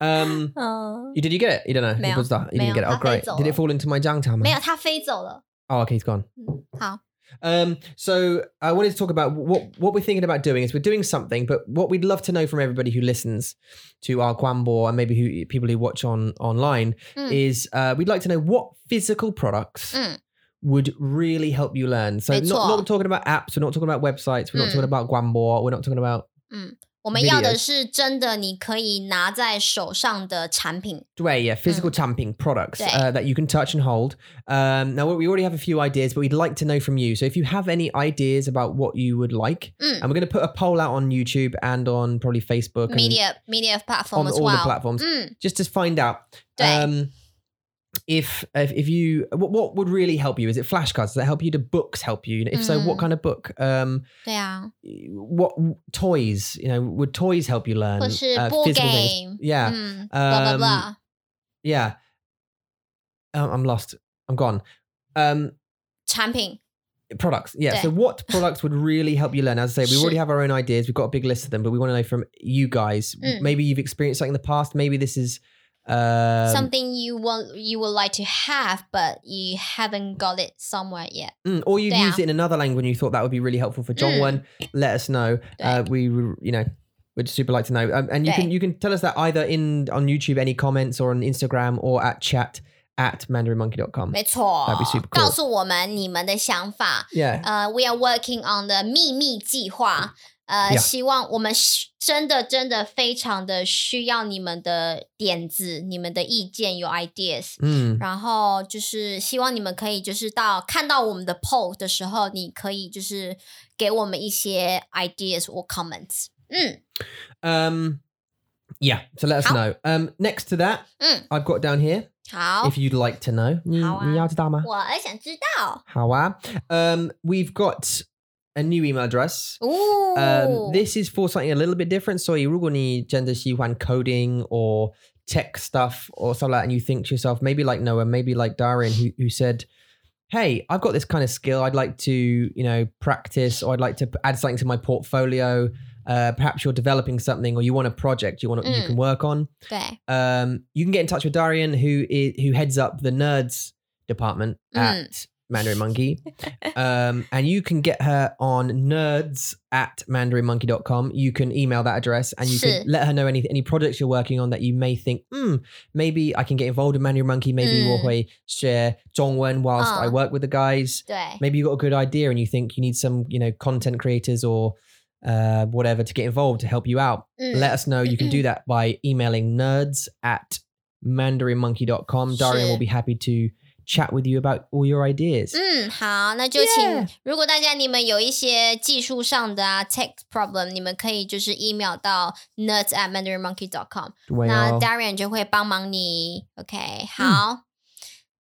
Speaker 2: um,
Speaker 1: 嗯，
Speaker 2: you, did you get it? You don't know.
Speaker 1: 没有，
Speaker 2: you,
Speaker 1: 没有，
Speaker 2: didn't get it.
Speaker 1: 它
Speaker 2: Oh,
Speaker 1: 飞
Speaker 2: great.
Speaker 1: 走
Speaker 2: Did
Speaker 1: 了。
Speaker 2: it fall into my jang
Speaker 1: 没有，它飞走了。
Speaker 2: Oh, okay, he's gone.
Speaker 1: Mm. How?
Speaker 2: Um, so I wanted to talk about what what we're thinking about doing is we're doing something, but what we'd love to know from everybody who listens to our Guambo and maybe who people who watch on online
Speaker 1: Mm.
Speaker 2: is uh, we'd like to know what physical products
Speaker 1: Mm.
Speaker 2: would really help you learn. So
Speaker 1: It's
Speaker 2: not,
Speaker 1: all.
Speaker 2: not talking about apps, we're not talking about websites, we're not
Speaker 1: Mm.
Speaker 2: talking about Guambo, we're not talking about
Speaker 1: 我们要
Speaker 2: Videos
Speaker 1: 的是真的，你可以拿在手上的产品。
Speaker 2: Dway, yeah,
Speaker 1: Mm.
Speaker 2: physical tamping products
Speaker 1: Dway.
Speaker 2: uh, that you can touch and hold. Um, now we already have a few ideas, but we'd like to know from you. So if you have any ideas about what you would like,
Speaker 1: Mm.
Speaker 2: and we're going to put a poll out on YouTube and on probably Facebook, and
Speaker 1: Media, media platform
Speaker 2: on
Speaker 1: as
Speaker 2: all the
Speaker 1: well.
Speaker 2: platforms,
Speaker 1: 嗯，
Speaker 2: just to find out
Speaker 1: Dway.
Speaker 2: um, if, if if you what, what would really help you. Is it flashcards? Does that help you? Do books help you? If so, what
Speaker 1: Mm.
Speaker 2: kind of book? Um,
Speaker 1: 对啊，
Speaker 2: what toys? You know, would toys help you learn?
Speaker 1: 或是
Speaker 2: uh,
Speaker 1: board
Speaker 2: physical
Speaker 1: game，
Speaker 2: things? Yeah.
Speaker 1: 嗯，blah blah
Speaker 2: Um,
Speaker 1: blah。
Speaker 2: Yeah. Um, I'm lost. I'm gone. Um,
Speaker 1: 产品，
Speaker 2: products. Yeah. So,
Speaker 1: Yeah.
Speaker 2: what products would really help you learn? As I say, we
Speaker 1: Shit.
Speaker 2: already have our own ideas. We've got a big list of them, but we want to know from you guys.
Speaker 1: Mm.
Speaker 2: Maybe you've experienced something in the past. Maybe this is. Um,
Speaker 1: something you want you would like to have but you haven't got it somewhere yet
Speaker 2: mm, or you've
Speaker 1: Yeah.
Speaker 2: used it in another language and you thought that would be really helpful for John.
Speaker 1: Mm.
Speaker 2: One, let us know. Uh, we, we- you know, we'd super like to know. Um, and you can
Speaker 1: Yeah.
Speaker 2: you can tell us that either in on YouTube, any comments, or on Instagram, or at chat at mandarinmonkey.com.
Speaker 1: 没错
Speaker 2: That'd be super cool.
Speaker 1: 告诉我们你们的想法
Speaker 2: Yeah.
Speaker 1: 呃、w e are working on the 秘密计划呃
Speaker 2: Yeah.
Speaker 1: 希望我们需真的真的非常的需要你们的点子、你们的意见、有 ideas，
Speaker 2: Mm.
Speaker 1: 然后就是希望你们可以就是到看到我们的 poll 的时候，你可以就是给我们一些 ideas 或 comments。嗯
Speaker 2: Um, yeah. So let us
Speaker 1: How?
Speaker 2: know. Um, next to that,
Speaker 1: 嗯，
Speaker 2: I've got down here.
Speaker 1: 好
Speaker 2: If，you'd like to know, 你-
Speaker 1: 好啊。
Speaker 2: 你要知道吗？
Speaker 1: 我很想知道。
Speaker 2: 好啊. Um, we've got a new email address.
Speaker 1: 哦，
Speaker 2: Um, this is for something a little bit different. So you gender coding or tech stuff or something like that, and you think to yourself, maybe like Noah, maybe like Darian, who, who said, Hey, I've got this kind of skill. I'd like to, you know, practice or I'd like to p- add something to my portfolio. Uh, perhaps you're developing something or you want a project you want you
Speaker 1: Mm.
Speaker 2: can work on.
Speaker 1: 对，
Speaker 2: Um, you can get in touch with Darian, who is who heads up the nerds department
Speaker 1: Mm.
Speaker 2: at Mandarin Monkey. um, and you can get her on nerds at mandarinmonkey.com. You can email that address and you
Speaker 1: Sure.
Speaker 2: can let her know any any projects you're working on that you may think, hmm, maybe I can get involved in Mandarin Monkey, maybe
Speaker 1: Mm.
Speaker 2: mm. share Zhongwen whilst
Speaker 1: Ah.
Speaker 2: I work with the guys.
Speaker 1: 对，
Speaker 2: Maybe you've got a good idea and you think you need some, you know, content creators or uh, whatever to get involved to help you out
Speaker 1: 嗯，
Speaker 2: let us know. You can do that by emailing nerds at mandarinmonkey.com. Darian
Speaker 1: Sure.
Speaker 2: will be happy to chat with you about all your ideas.
Speaker 1: 嗯，好，那就请
Speaker 2: Yeah.
Speaker 1: 如果大家你们有一些技术上的啊 tech problem，你们可以就是 email 到 nuts at mandarinmonkey.com，那
Speaker 2: Well,
Speaker 1: Darian 就会帮忙你。OK，好，
Speaker 2: 嗯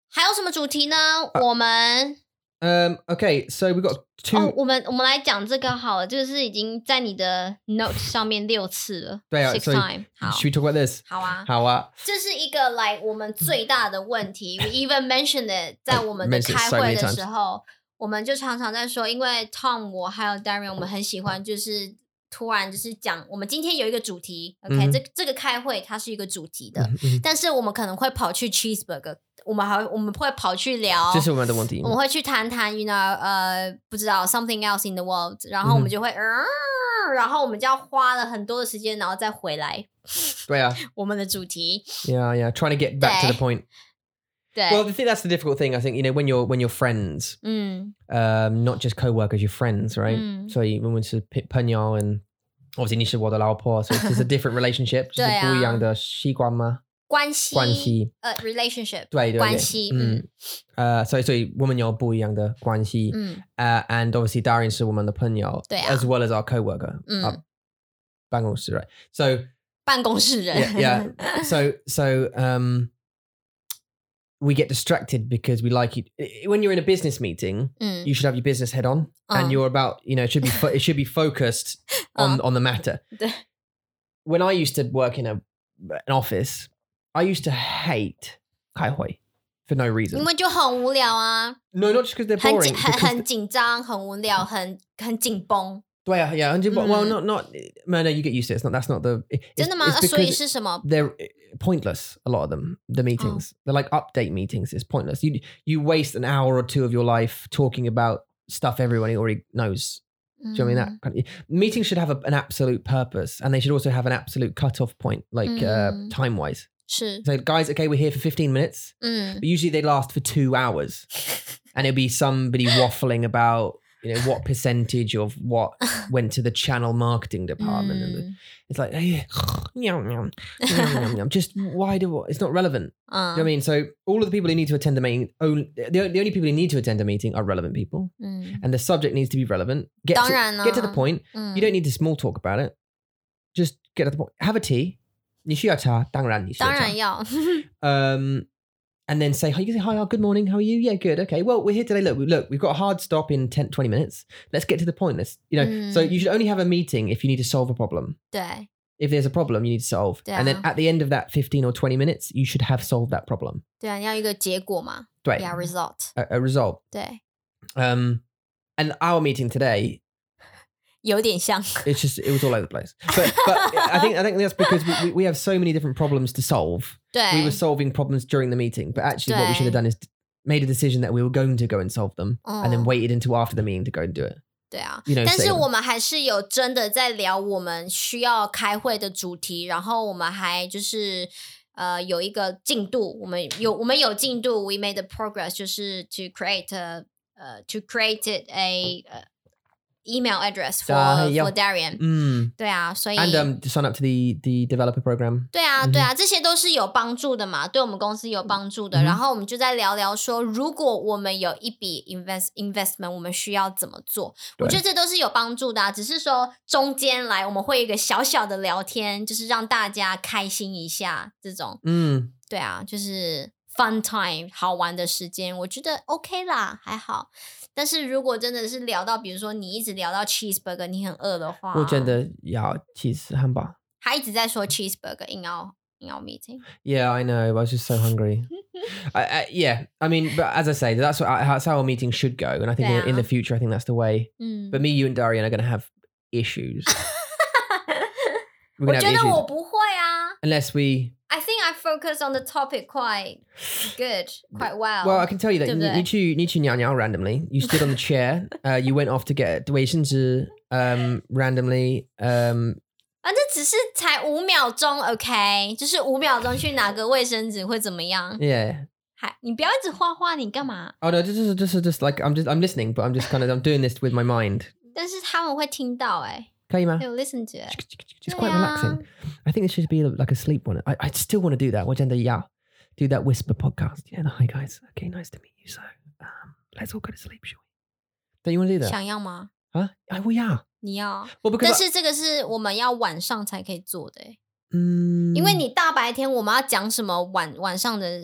Speaker 1: 还有什么主题呢？
Speaker 2: 啊
Speaker 1: 我们
Speaker 2: um, okay, so we've got two.
Speaker 1: 哦，我们我们来讲这个好了，这个是已经在你的 note 上面六次了
Speaker 2: 对啊
Speaker 1: ，six
Speaker 2: 所以
Speaker 1: time，好，
Speaker 2: Should we talk about this?
Speaker 1: 好啊。
Speaker 2: How uh, are
Speaker 1: 这是一个来我们最大的问题。We even mentioned it，在我们的
Speaker 2: 嗯哎 mentioned it
Speaker 1: 开
Speaker 2: so
Speaker 1: 会
Speaker 2: many
Speaker 1: 的
Speaker 2: times.
Speaker 1: 时候，我们就常常在说，因为 Tom 我还有 Darren，我们很喜欢就是突然就是讲，我们今天有一个主题，OK，、
Speaker 2: 嗯
Speaker 1: 这这个开会它是一个主题的，
Speaker 2: [laughs]
Speaker 1: 但是我们可能会跑去 cheeseburger，我们还我们会跑去聊。
Speaker 2: just remember one thing.
Speaker 1: 我们会去谈谈，you know，呃，不知道 something else in the world，然后我们就会，嗯、然后我们就要花了很多的时间，然后再回来
Speaker 2: Yeah,
Speaker 1: 我们的主题。
Speaker 2: yeah, yeah. Trying to get back to the
Speaker 1: Day.
Speaker 2: point.
Speaker 1: 对，
Speaker 2: Well, I think that's the difficult thing. I think you know when you're when you're friends,
Speaker 1: 嗯，
Speaker 2: um, not just co-workers, you're friends, right?
Speaker 1: Mm.
Speaker 2: So you went to Panyal and obviously Nishiwadalaopor, so it's
Speaker 1: [laughs]
Speaker 2: just a different relationship. Just
Speaker 1: Yeah.
Speaker 2: a 不一样的习惯吗？
Speaker 1: 关系
Speaker 2: 关系，
Speaker 1: 呃，relationship，
Speaker 2: 对对
Speaker 1: 关系，
Speaker 2: 对，嗯，呃，所以所以我们有不一样的关系，
Speaker 1: 嗯
Speaker 2: 呃、a n d obviously Darian 是我们的朋友，
Speaker 1: 对啊
Speaker 2: a s well as our coworker，
Speaker 1: 嗯
Speaker 2: 啊，办公室，right? So
Speaker 1: [coughs] 办公室人 [laughs] 嗯
Speaker 2: yeah, yeah. so so um, we get distracted because we like it. When you're in a business meeting,
Speaker 1: 嗯
Speaker 2: you should have your business head on,
Speaker 1: Mm.
Speaker 2: and
Speaker 1: Oh.
Speaker 2: you're about you know it should be fo- it should be
Speaker 1: [laughs]
Speaker 2: focused on on the matter.
Speaker 1: 对
Speaker 2: When I used to work in a an office, I used to hate Kai Hui for no reason.
Speaker 1: 因为就很无聊啊，
Speaker 2: No, not just because they're
Speaker 1: 很
Speaker 2: boring.
Speaker 1: 紧很
Speaker 2: because
Speaker 1: 很紧张，很无聊，很很紧绷，
Speaker 2: well, yeah, yeah, and you- well,
Speaker 1: Mm.
Speaker 2: not not. No, no, you get used to it. It's not. That's not the. it- It's,
Speaker 1: 真的吗？
Speaker 2: it's
Speaker 1: 啊所以
Speaker 2: because
Speaker 1: 是什么？
Speaker 2: they're uh, pointless. A lot of them, the meetings, they're like update meetings. It's pointless. You you waste an hour or two of your life talking about stuff everyone already knows.
Speaker 1: 嗯
Speaker 2: Do you know what I mean that kind of, meetings should have a, an absolute purpose, and they should also have an absolute cutoff point, like
Speaker 1: Mm.
Speaker 2: uh, time wise.
Speaker 1: 是，
Speaker 2: So, guys, okay, we're here for fifteen minutes.
Speaker 1: 嗯，
Speaker 2: [laughs] But usually they last for two hours. And it'll be somebody waffling about, you know, what percentage of what went to the channel marketing department. And the-
Speaker 1: 嗯
Speaker 2: it's like, "Hey, [sighs] yum, yum, yum, yum, yum." just why do it's not relevant. Do you know what I
Speaker 1: 嗯
Speaker 2: mean? So all of the people who need to attend a meeting, only, the, o- the only people who need to attend a meeting are relevant people.
Speaker 1: [laughs] 嗯，
Speaker 2: And the subject needs to be relevant. Get,
Speaker 1: Don't
Speaker 2: to,
Speaker 1: run,
Speaker 2: get to the
Speaker 1: uh,
Speaker 2: point.
Speaker 1: 嗯
Speaker 2: You don't need to small talk about it. Just get to the point. Have a tea. 你需要茶，当然你需要茶。
Speaker 1: 当然要， [laughs]
Speaker 2: um, and then say, hi, you can say, hi, oh, good morning, how are you? Yeah, good, okay. Well, we're here today. Look, we- look, we've got a hard stop in 10, 20 minutes. Let's get to the point. Let's, you know, so
Speaker 1: Mm.
Speaker 2: you should only have a meeting if you need to solve a problem.
Speaker 1: 对，
Speaker 2: If there's a problem you need to solve. And then
Speaker 1: Yeah.
Speaker 2: at the end of that 15 or 20 minutes, you should have solved that problem.
Speaker 1: 对啊，要一个结果嘛
Speaker 2: Right.
Speaker 1: ，Yeah result，
Speaker 2: A, a result.
Speaker 1: 对，
Speaker 2: Um, and our meeting today,
Speaker 1: 有点像，
Speaker 2: it's just, it was all over the place. But, but I think, I think that's because we, we, we have so many different problems to solve. We
Speaker 1: 对
Speaker 2: were，solving problems during the meeting, but actually what we should have
Speaker 1: Right.
Speaker 2: done is made a decision that we were going to go and solve them. and then
Speaker 1: 嗯，
Speaker 2: waited until after the meeting to go and do it.
Speaker 1: 对啊，
Speaker 2: You know,
Speaker 1: 但
Speaker 2: say
Speaker 1: 是
Speaker 2: them.
Speaker 1: 我们还是有真的在聊我们需要开会的主题，然后我们还就是呃有一个进度，我们有我们有进度，we made the progress，就是 to create a, 呃、to create it a 呃 email address for
Speaker 2: Ah, yeah.
Speaker 1: for Darian。
Speaker 2: Mm.
Speaker 1: 对啊，所以
Speaker 2: And um, to sign up to the the developer program.
Speaker 1: 对啊，
Speaker 2: 嗯哼
Speaker 1: 对啊，这些都是有帮助的嘛，对我们公司有帮助的。
Speaker 2: 嗯哼
Speaker 1: 然后我们就在聊聊说，如果我们有一笔 invest investment，我们需要怎么做？我觉
Speaker 2: 对
Speaker 1: 得这都是有帮助的、啊，只是说中间来我们会有一个小小的聊天，就是让大家开心一下，这种
Speaker 2: Mm.
Speaker 1: 对啊，就是 fun time 好玩的时间，我觉得 OK 啦，还好。但是如果真的是聊到，比如说你一直聊到 cheeseburger，你很饿的话，
Speaker 2: 我觉得要其实汉堡。
Speaker 1: 他一直在说 cheeseburger in our in our meeting。
Speaker 2: Yeah, I know. I was just so hungry. I, I, yeah, I mean, but as I say, that's what that's how our meeting should go, and I think in, in the
Speaker 1: Yeah.
Speaker 2: future, I think that's the way.
Speaker 1: 嗯，
Speaker 2: But me, you, and Darian are going to have issues. We're
Speaker 1: 我
Speaker 2: going to
Speaker 1: 觉
Speaker 2: have
Speaker 1: 得
Speaker 2: issues
Speaker 1: 我不会啊。
Speaker 2: unless we.
Speaker 1: I think I focus on the topic quite good, quite well.
Speaker 2: Well, I can tell you that
Speaker 1: Oh, Don't do it.
Speaker 2: Nichu Nichu Nyao Nyao randomly. You stood on the chair. Uh, you went off to get Wei um randomly. Um,
Speaker 1: 啊，这只是才五秒钟，OK，就是五秒钟去拿个卫生纸会怎么样？
Speaker 2: yeah.
Speaker 1: 还你不要一直画画，你干嘛？
Speaker 2: Oh no, this is this is just like I'm just I'm listening, but I'm just kind of I'm doing this with my mind.
Speaker 1: 但是他们会听到哎、欸，
Speaker 2: Okay, man.
Speaker 1: 有 listen to it。
Speaker 2: It's quite
Speaker 1: 对啊
Speaker 2: relaxing. I think this should be like a sleep one. I, I still want to do that. Wajenda yeah, do that whisper podcast. Yeah, no, hi guys. Okay, nice to meet you. So, um, let's all go to sleep, shall we? Don't you want to do that?
Speaker 1: 想要吗？
Speaker 2: Huh? I, well, yeah.
Speaker 1: 你要？
Speaker 2: Well,
Speaker 1: 但
Speaker 2: because I-
Speaker 1: 是这个是我们要晚上才可以做的、欸，
Speaker 2: Mm,
Speaker 1: 因为你大白天我们要讲什么晚晚上的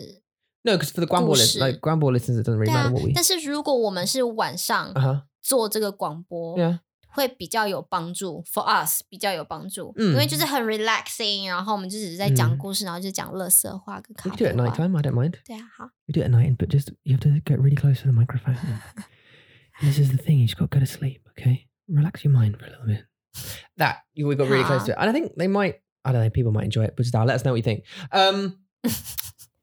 Speaker 2: no, because for the Guambo
Speaker 1: 故
Speaker 2: list,
Speaker 1: 事。
Speaker 2: like Guambo listeners, it doesn't really
Speaker 1: 对啊
Speaker 2: matter what we.，
Speaker 1: 但是如果我们是晚上
Speaker 2: Uh huh.
Speaker 1: 做这个广播
Speaker 2: Yeah.
Speaker 1: 会比较有帮助，for us 比较有帮助，
Speaker 2: 嗯
Speaker 1: 因为就是很 relaxing，然后我们就只是在讲故事，然后就讲乐色话跟
Speaker 2: We
Speaker 1: 卡
Speaker 2: could do it
Speaker 1: 通
Speaker 2: at night
Speaker 1: 话。
Speaker 2: time. I don't mind.
Speaker 1: 对啊，好，
Speaker 2: We do it at night, but just you have to get really close to the microphone. this is the thing. You just got to go to sleep. Okay, relax your mind for a little bit. That you- we got really close to it, and I think they might. I don't know. People might enjoy it, but just uh, let us know what you think. Um,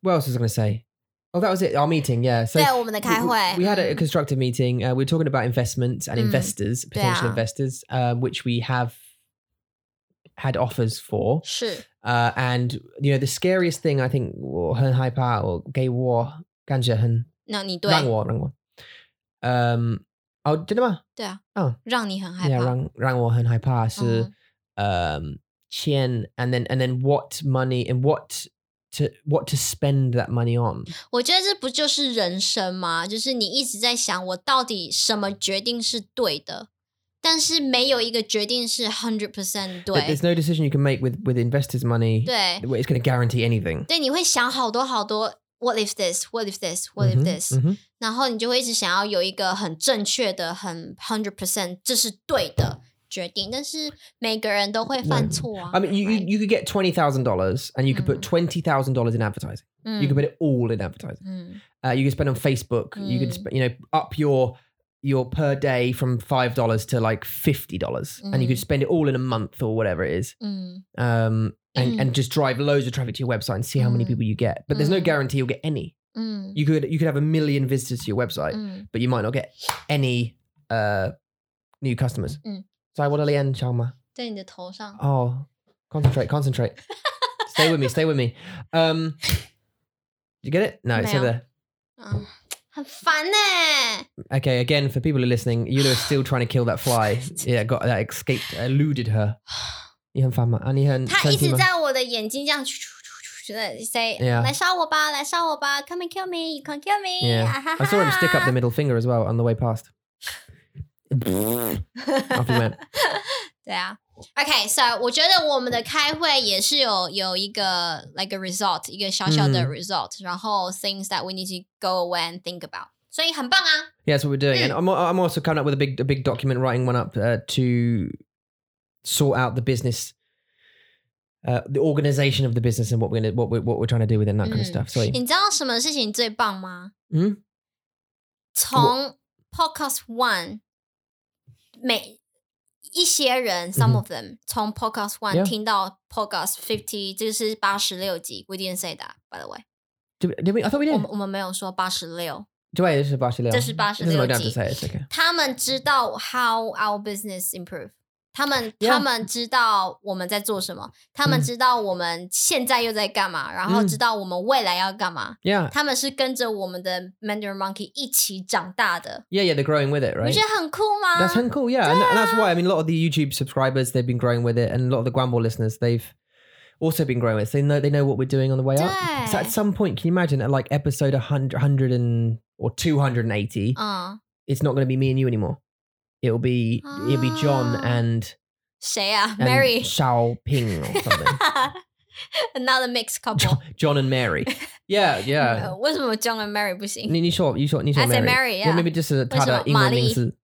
Speaker 2: what else was I going to say? Oh, that was it. Our meeting, yeah. So
Speaker 1: 对我们的
Speaker 2: we-
Speaker 1: 开
Speaker 2: we-
Speaker 1: 会，
Speaker 2: we had a
Speaker 1: 嗯
Speaker 2: constructive meeting. Uh, we were talking about investments and
Speaker 1: Mm.
Speaker 2: investors,
Speaker 1: Yeah.
Speaker 2: potential investors, uh, which we have had offers for.
Speaker 1: 是
Speaker 2: Uh, and you know, the scariest thing I think 我很害怕, or gay war, 感觉很
Speaker 1: 那你对
Speaker 2: 让我让我，嗯，哦，真的吗？
Speaker 1: 对啊，
Speaker 2: 哦
Speaker 1: 让你很害
Speaker 2: oh, ，Yeah，
Speaker 1: 怕，
Speaker 2: 让让我很害怕是，
Speaker 1: Mm-hmm.
Speaker 2: 嗯，钱，and then and then what money and what to what to spend that money on，
Speaker 1: 我觉得这不就是人生吗？就是你一直在想我到底什么决定是对的，但是没有一个决定是 hundred percent
Speaker 2: That
Speaker 1: 对
Speaker 2: there's，no decision you can make with with investors' money
Speaker 1: 对
Speaker 2: where it's going to guarantee anything.
Speaker 1: 对，你会想好多好多。What if this? What if this? What if
Speaker 2: 嗯哼
Speaker 1: this?
Speaker 2: 嗯哼
Speaker 1: 然后你就会一直想要有一个很正确的、很 hundred percent 这是对的决定，但是每个人都会犯错啊。
Speaker 2: I mean, you, you, you could get twenty thousand dollars, and you could
Speaker 1: Mm.
Speaker 2: put twenty thousand dollars in advertising. You
Speaker 1: 嗯
Speaker 2: could put it all in advertising.
Speaker 1: 嗯，
Speaker 2: Uh, you can spend on Facebook. You could,
Speaker 1: Mm.
Speaker 2: sp- you know, up your your per day from five dollars to like fifty dollars, and you
Speaker 1: Mm.
Speaker 2: could spend it all in a month or whatever it is,
Speaker 1: 嗯
Speaker 2: um, and
Speaker 1: Mm.
Speaker 2: and just drive loads of traffic to your website and see how many
Speaker 1: Mm.
Speaker 2: people you get. But there's no
Speaker 1: Mm.
Speaker 2: guarantee you'll get any.
Speaker 1: 嗯
Speaker 2: You could you could have a million visitors to your website,
Speaker 1: 嗯
Speaker 2: but you might not get any uh, new customers.
Speaker 1: Mm.
Speaker 2: So I want to end, Chalma.
Speaker 1: 在你的头上。
Speaker 2: Oh, concentrate, concentrate. stay with me, stay with me. Um, did you get it? No, it's
Speaker 1: No.
Speaker 2: over there.
Speaker 1: 嗯，很烦呢、
Speaker 2: Okay, again for people who are listening, Yula is still trying to kill that fly. yeah, got that escaped, eluded her. [laughs] 你很烦吗？啊，你很
Speaker 1: 他一直
Speaker 2: 生气吗？
Speaker 1: 在我的眼睛这样咻咻咻咻咻的 say，、
Speaker 2: Yeah
Speaker 1: 来杀我吧，来杀我吧，come and kill me，you can kill me，
Speaker 2: Yeah
Speaker 1: 啊哈哈
Speaker 2: I saw him stick up the middle finger as well on the way past. Off he went.
Speaker 1: 对啊，OK，so、我觉得我们的开会也是有有一个 like a result，一个小小的
Speaker 2: 嗯
Speaker 1: result，、然后 things that we need to go away and think about，所以很棒啊，
Speaker 2: Yeah, that's what we're doing, and I'm I'm also coming up with a big a big document, writing one up uh, to sort out the business. Uh, the organization of the business and what we're gonna what we're, what we're trying to do within that kind
Speaker 1: Mm.
Speaker 2: of stuff. So
Speaker 1: 你知道什么事情最棒吗？
Speaker 2: 嗯，
Speaker 1: 从 Podcast One 每一些人、s o m e
Speaker 2: 嗯
Speaker 1: of them 从 Podcast One、
Speaker 2: Yeah
Speaker 1: 听到 Podcast Fifty，这是八十六集，We didn't say that by the way，、
Speaker 2: did we, did we? I thought we
Speaker 1: 我
Speaker 2: did.
Speaker 1: 们我们没有说八十六。
Speaker 2: Do I? Um, This is 86.
Speaker 1: 这是86
Speaker 2: This is- I don't have to
Speaker 1: 集。
Speaker 2: say it. It's okay.
Speaker 1: 他们知道 how our business improve，他们
Speaker 2: Yeah.
Speaker 1: 他们知道我们在做什么，他们
Speaker 2: 嗯
Speaker 1: 知道我们现在又在干嘛，然后
Speaker 2: 嗯
Speaker 1: 知道我们未来要干嘛。
Speaker 2: Yeah.
Speaker 1: 他们是跟着我们的 Mandarin Monkey 一起长大的，
Speaker 2: Yeah, yeah, they're growing with it,
Speaker 1: 你
Speaker 2: right?
Speaker 1: 觉得很酷吗？
Speaker 2: That's 很 cool, yeah. And, and that's why, I mean, a lot of the YouTube subscribers, they've been growing with it. And a lot of the Guamball listeners, they've also been growing with it. So they know, they know what we're doing on the way up. So at
Speaker 1: 对，
Speaker 2: some point, can you imagine at like episode 100, 100 and, or 280,
Speaker 1: 嗯，
Speaker 2: it's not going to be me and you anymore. It'll be it'll be John
Speaker 1: [gasps] Ah.
Speaker 2: and,
Speaker 1: 谁啊
Speaker 2: and
Speaker 1: ？Mary。 [laughs]
Speaker 2: Xiao Ping or something. [laughs]
Speaker 1: Another mixed couple
Speaker 2: John, John and Mary. Yeah, [laughs] yeah.
Speaker 1: 呃 [laughs] 为什么 John and Mary 不行？
Speaker 2: 你-你说-你说-你说
Speaker 1: I said Mary,
Speaker 2: Yeah,
Speaker 1: yeah.
Speaker 2: maybe just a
Speaker 1: 为什么？ [laughs]
Speaker 2: 他的英文名字。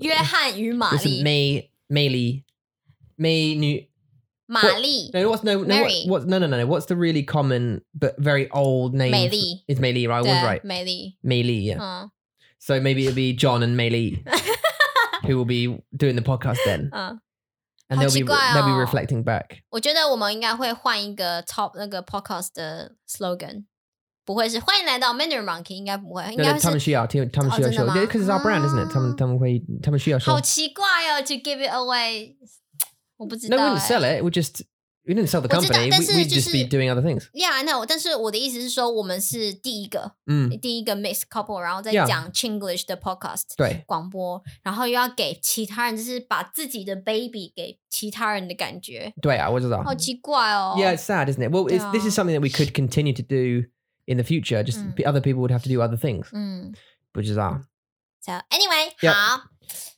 Speaker 1: 约翰与玛丽，
Speaker 2: May
Speaker 1: 玛丽，
Speaker 2: No, what's no, no what-
Speaker 1: Mary.
Speaker 2: what's no, no, no, no. What's the really common but very old name?
Speaker 1: 美丽，
Speaker 2: Is Mei Li, right? I was
Speaker 1: 对
Speaker 2: right.，
Speaker 1: 美丽，
Speaker 2: Mei Li, yeah.
Speaker 1: 嗯
Speaker 2: So maybe it'll be John and Mei Li who will be doing the podcast
Speaker 1: [laughs]
Speaker 2: then. [laughs]
Speaker 1: 嗯，
Speaker 2: And they'll be, they'll be
Speaker 1: 好奇怪哦。
Speaker 2: reflecting back.
Speaker 1: 我觉得我们应该会换一个 top 那个 podcast 的 slogan，不会是欢迎来到 Mandarin Monkey，应该不会，应
Speaker 2: No, no,
Speaker 1: 该是
Speaker 2: 他们需要，他们需要 show.
Speaker 1: 真的吗？
Speaker 2: Because it's our brand, isn't it?
Speaker 1: 啊。
Speaker 2: 他们他们会他们需要 show.
Speaker 1: 好奇怪哦，to give it away，我不知
Speaker 2: No, we
Speaker 1: 道
Speaker 2: wouldn't
Speaker 1: 欸。
Speaker 2: sell it. We just we didn't sell the
Speaker 1: 我知道，
Speaker 2: company. We,
Speaker 1: 但是
Speaker 2: we'd just be
Speaker 1: 就是-
Speaker 2: doing other things.
Speaker 1: Yeah, I know。但是我的意思是说，我们是第一个
Speaker 2: Mm.
Speaker 1: 第一个 mixed couple，然后再
Speaker 2: Yeah
Speaker 1: 讲 Chinglish 的 podcast。
Speaker 2: 对，
Speaker 1: 广播，然后又要给其他人，就是把自己的 baby 给其他人的感觉，
Speaker 2: 对啊，我知道。
Speaker 1: 好奇怪哦。
Speaker 2: Yeah, it's sad, isn't it? Well, it's, this is
Speaker 1: Yeah.
Speaker 2: something that we could continue to do in the future. Just
Speaker 1: Mm.
Speaker 2: p- other people would have to do other things,
Speaker 1: 嗯
Speaker 2: which is our.
Speaker 1: ，So anyway，
Speaker 2: Yeah
Speaker 1: 好，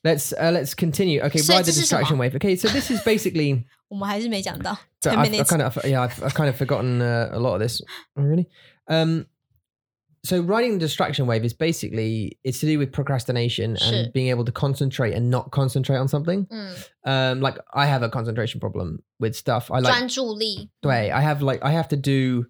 Speaker 2: Let's uh, let's continue. Okay,
Speaker 1: So
Speaker 2: ride the
Speaker 1: this is
Speaker 2: distraction
Speaker 1: about-
Speaker 2: wave. Okay, so this is basically.
Speaker 1: 我们还是没讲到
Speaker 2: so
Speaker 1: ten
Speaker 2: I've, I've
Speaker 1: minutes。
Speaker 2: kind of yeah, I've, I've kind of forgotten uh, a lot of this. Oh, really? Um, so riding the distraction wave is basically it's to do with procrastination
Speaker 1: Sure.
Speaker 2: and being able to concentrate and not concentrate on something.
Speaker 1: 嗯，
Speaker 2: Um, like I have a concentration problem with stuff. I like
Speaker 1: 专注力。
Speaker 2: way I have like I have to do.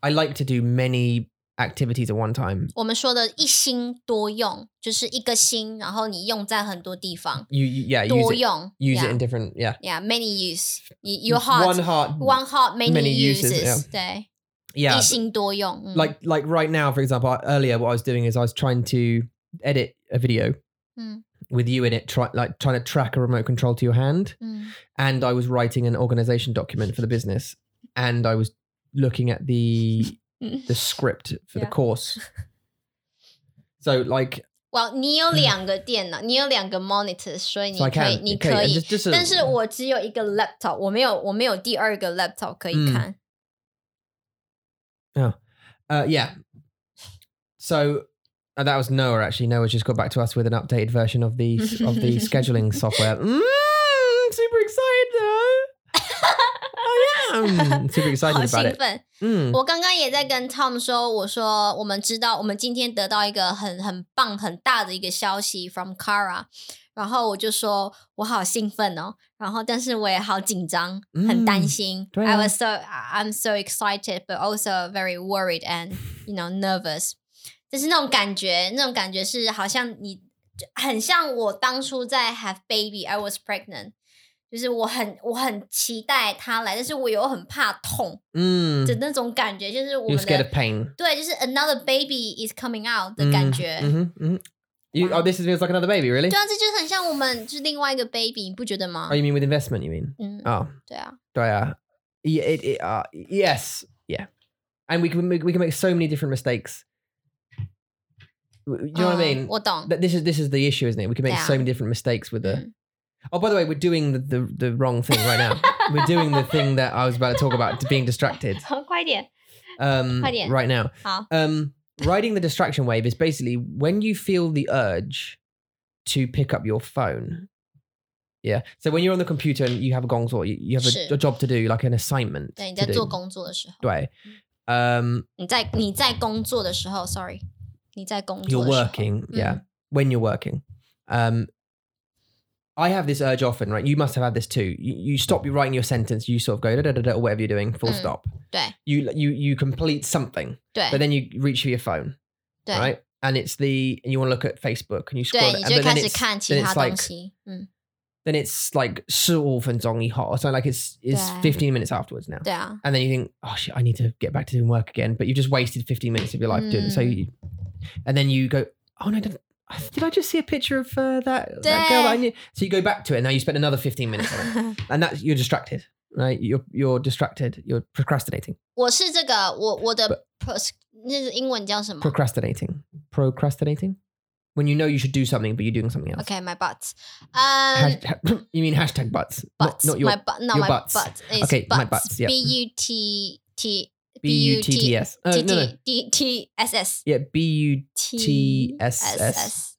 Speaker 2: I like to do many activities at one time.
Speaker 1: 我们说的一心多用，就是一个心，然后你用在很多地方，
Speaker 2: you, you yeah use
Speaker 1: 多
Speaker 2: it,
Speaker 1: 用。
Speaker 2: use it in different yeah
Speaker 1: yeah, yeah, many use. Y- Your
Speaker 2: one
Speaker 1: heart,
Speaker 2: heart
Speaker 1: one heart, many,
Speaker 2: many uses,
Speaker 1: uses. 对，
Speaker 2: yeah
Speaker 1: 一心多用。嗯
Speaker 2: like like right now for example I- earlier what i was doing is i was trying to edit a video
Speaker 1: Mm.
Speaker 2: with you in it try, like trying to track a remote control to your hand
Speaker 1: 嗯
Speaker 2: and i was writing an organization document for the business and i was looking at the
Speaker 1: [laughs] Mm.
Speaker 2: the script for
Speaker 1: Yeah.
Speaker 2: the course so like
Speaker 1: ，Well，你有
Speaker 2: 嗯
Speaker 1: 两个电脑，你有两个 monitor，所以你
Speaker 2: so i
Speaker 1: 可以，
Speaker 2: can
Speaker 1: 你
Speaker 2: okay,
Speaker 1: 可
Speaker 2: and
Speaker 1: 以
Speaker 2: just, just a-
Speaker 1: 但是我只有一个 laptop，我没有我没有第二个 laptop 可
Speaker 2: 嗯
Speaker 1: 以看。 [laughs]
Speaker 2: Uh, yeah. So uh, that was Noah. Actually, Noah's just got back to us with an updated version of the of
Speaker 1: [laughs]
Speaker 2: the scheduling software. Mm, super excited though.
Speaker 1: [laughs]
Speaker 2: 嗯 I am Um, super excited
Speaker 1: 好
Speaker 2: about
Speaker 1: 兴
Speaker 2: it.
Speaker 1: 奋！
Speaker 2: Mm,
Speaker 1: 我刚刚也在跟 Tom 说，我说我们知道，我们今天得到一个很很棒、很大的一个消息 from Kara，然后我就说我好兴奋哦，然后但是我也好紧张，很担心。
Speaker 2: 嗯对啊
Speaker 1: I was so I'm so excited, but also very worried and you know nervous，就是那种感觉，那种感觉是好像你很像我当初在 have baby, I was pregnant。就是我很我很期待他来，但是我又很怕痛，的
Speaker 2: mm.
Speaker 1: 那种感觉，就是我
Speaker 2: You're
Speaker 1: 们
Speaker 2: scared
Speaker 1: 的
Speaker 2: of pain.
Speaker 1: 对，就是 another baby is coming out 的感
Speaker 2: Mm,
Speaker 1: 觉。
Speaker 2: mhm, mhm. You, oh, this is feels like another baby, really?
Speaker 1: 对啊，这就是很像我们就是另外一个 baby，你不觉得吗
Speaker 2: Oh,？you mean with investment? You mean?
Speaker 1: 嗯，
Speaker 2: Oh,
Speaker 1: 对啊，
Speaker 2: yeah. yeah it, it, uh, yes, yeah. And we can make, we can make so many different mistakes. W- Do you know what I
Speaker 1: 嗯
Speaker 2: mean?
Speaker 1: 我懂。
Speaker 2: Th- this is this is the issue, isn't it? We can make
Speaker 1: Oh, Yeah.
Speaker 2: so many different mistakes with the.
Speaker 1: Mm.
Speaker 2: Oh, by the way, we're doing the, the, the wrong thing right now. we're doing the thing that I was about to talk about, to being distracted.
Speaker 1: [laughs] 快点，
Speaker 2: Um,
Speaker 1: Quite it.
Speaker 2: right now,
Speaker 1: 好，
Speaker 2: um, riding the distraction wave is basically when you feel the urge to pick up your phone. Yeah. So when you're on the computer and you have a gong or you, you have
Speaker 1: Sure.
Speaker 2: a, a job to do, like an assignment.
Speaker 1: 对，你
Speaker 2: to
Speaker 1: 在
Speaker 2: do.
Speaker 1: 做工作的时候，
Speaker 2: Right. Um,
Speaker 1: 你在你在工作的时候，sorry，你在工作
Speaker 2: you're
Speaker 1: 的时候
Speaker 2: working yeah
Speaker 1: Mm.
Speaker 2: when you're working um i have this urge often right you must have had this too you, you stop you writing your sentence you sort of go da da da da or whatever you're doing full
Speaker 1: Mm.
Speaker 2: stop
Speaker 1: 对
Speaker 2: you you you complete something but
Speaker 1: 对
Speaker 2: then you reach for your phone
Speaker 1: 对
Speaker 2: right and it's the and you want to look at facebook and you scroll
Speaker 1: 对，
Speaker 2: it,
Speaker 1: 你
Speaker 2: and
Speaker 1: 就
Speaker 2: but
Speaker 1: 开
Speaker 2: then
Speaker 1: 始
Speaker 2: it's,
Speaker 1: 看
Speaker 2: then
Speaker 1: 其他
Speaker 2: it's
Speaker 1: 东
Speaker 2: like
Speaker 1: 西。嗯，
Speaker 2: then it's like 15分钟以后 or something like it's it's
Speaker 1: Yeah.
Speaker 2: 15 minutes afterwards now
Speaker 1: 对
Speaker 2: [laughs]
Speaker 1: 啊，
Speaker 2: and then you think, oh shit, I need to get back to doing work again. But you've just wasted 15 minutes of your life doing it. So
Speaker 1: Mm.
Speaker 2: you, and then you go, oh no, don't- Did I just see a picture of uh, that, that girl that I
Speaker 1: There.
Speaker 2: knew? So you go back to it. Now you spend another 15
Speaker 1: [laughs]
Speaker 2: minutes on it. And that's, you're distracted, right? You're, you're distracted. You're procrastinating.
Speaker 1: 我是这个，我我的 pros 那是英文叫什么
Speaker 2: Procrastinating. Procrastinating? When you know you should do something, but you're doing something else.
Speaker 1: ？Okay, my butt. 嗯、
Speaker 2: Hash- ha- [laughs] you mean hashtag butts?
Speaker 1: butt,
Speaker 2: Not, not your
Speaker 1: Um, my butt, not
Speaker 2: your
Speaker 1: my
Speaker 2: butts.
Speaker 1: butt. It's
Speaker 2: Okay, my butts,
Speaker 1: butts.
Speaker 2: yeah.
Speaker 1: B U T T
Speaker 2: B-U-T-T-S. Oh,
Speaker 1: T
Speaker 2: no, no.
Speaker 1: T D T S S
Speaker 2: Yeah, B-U-
Speaker 1: T
Speaker 2: S S.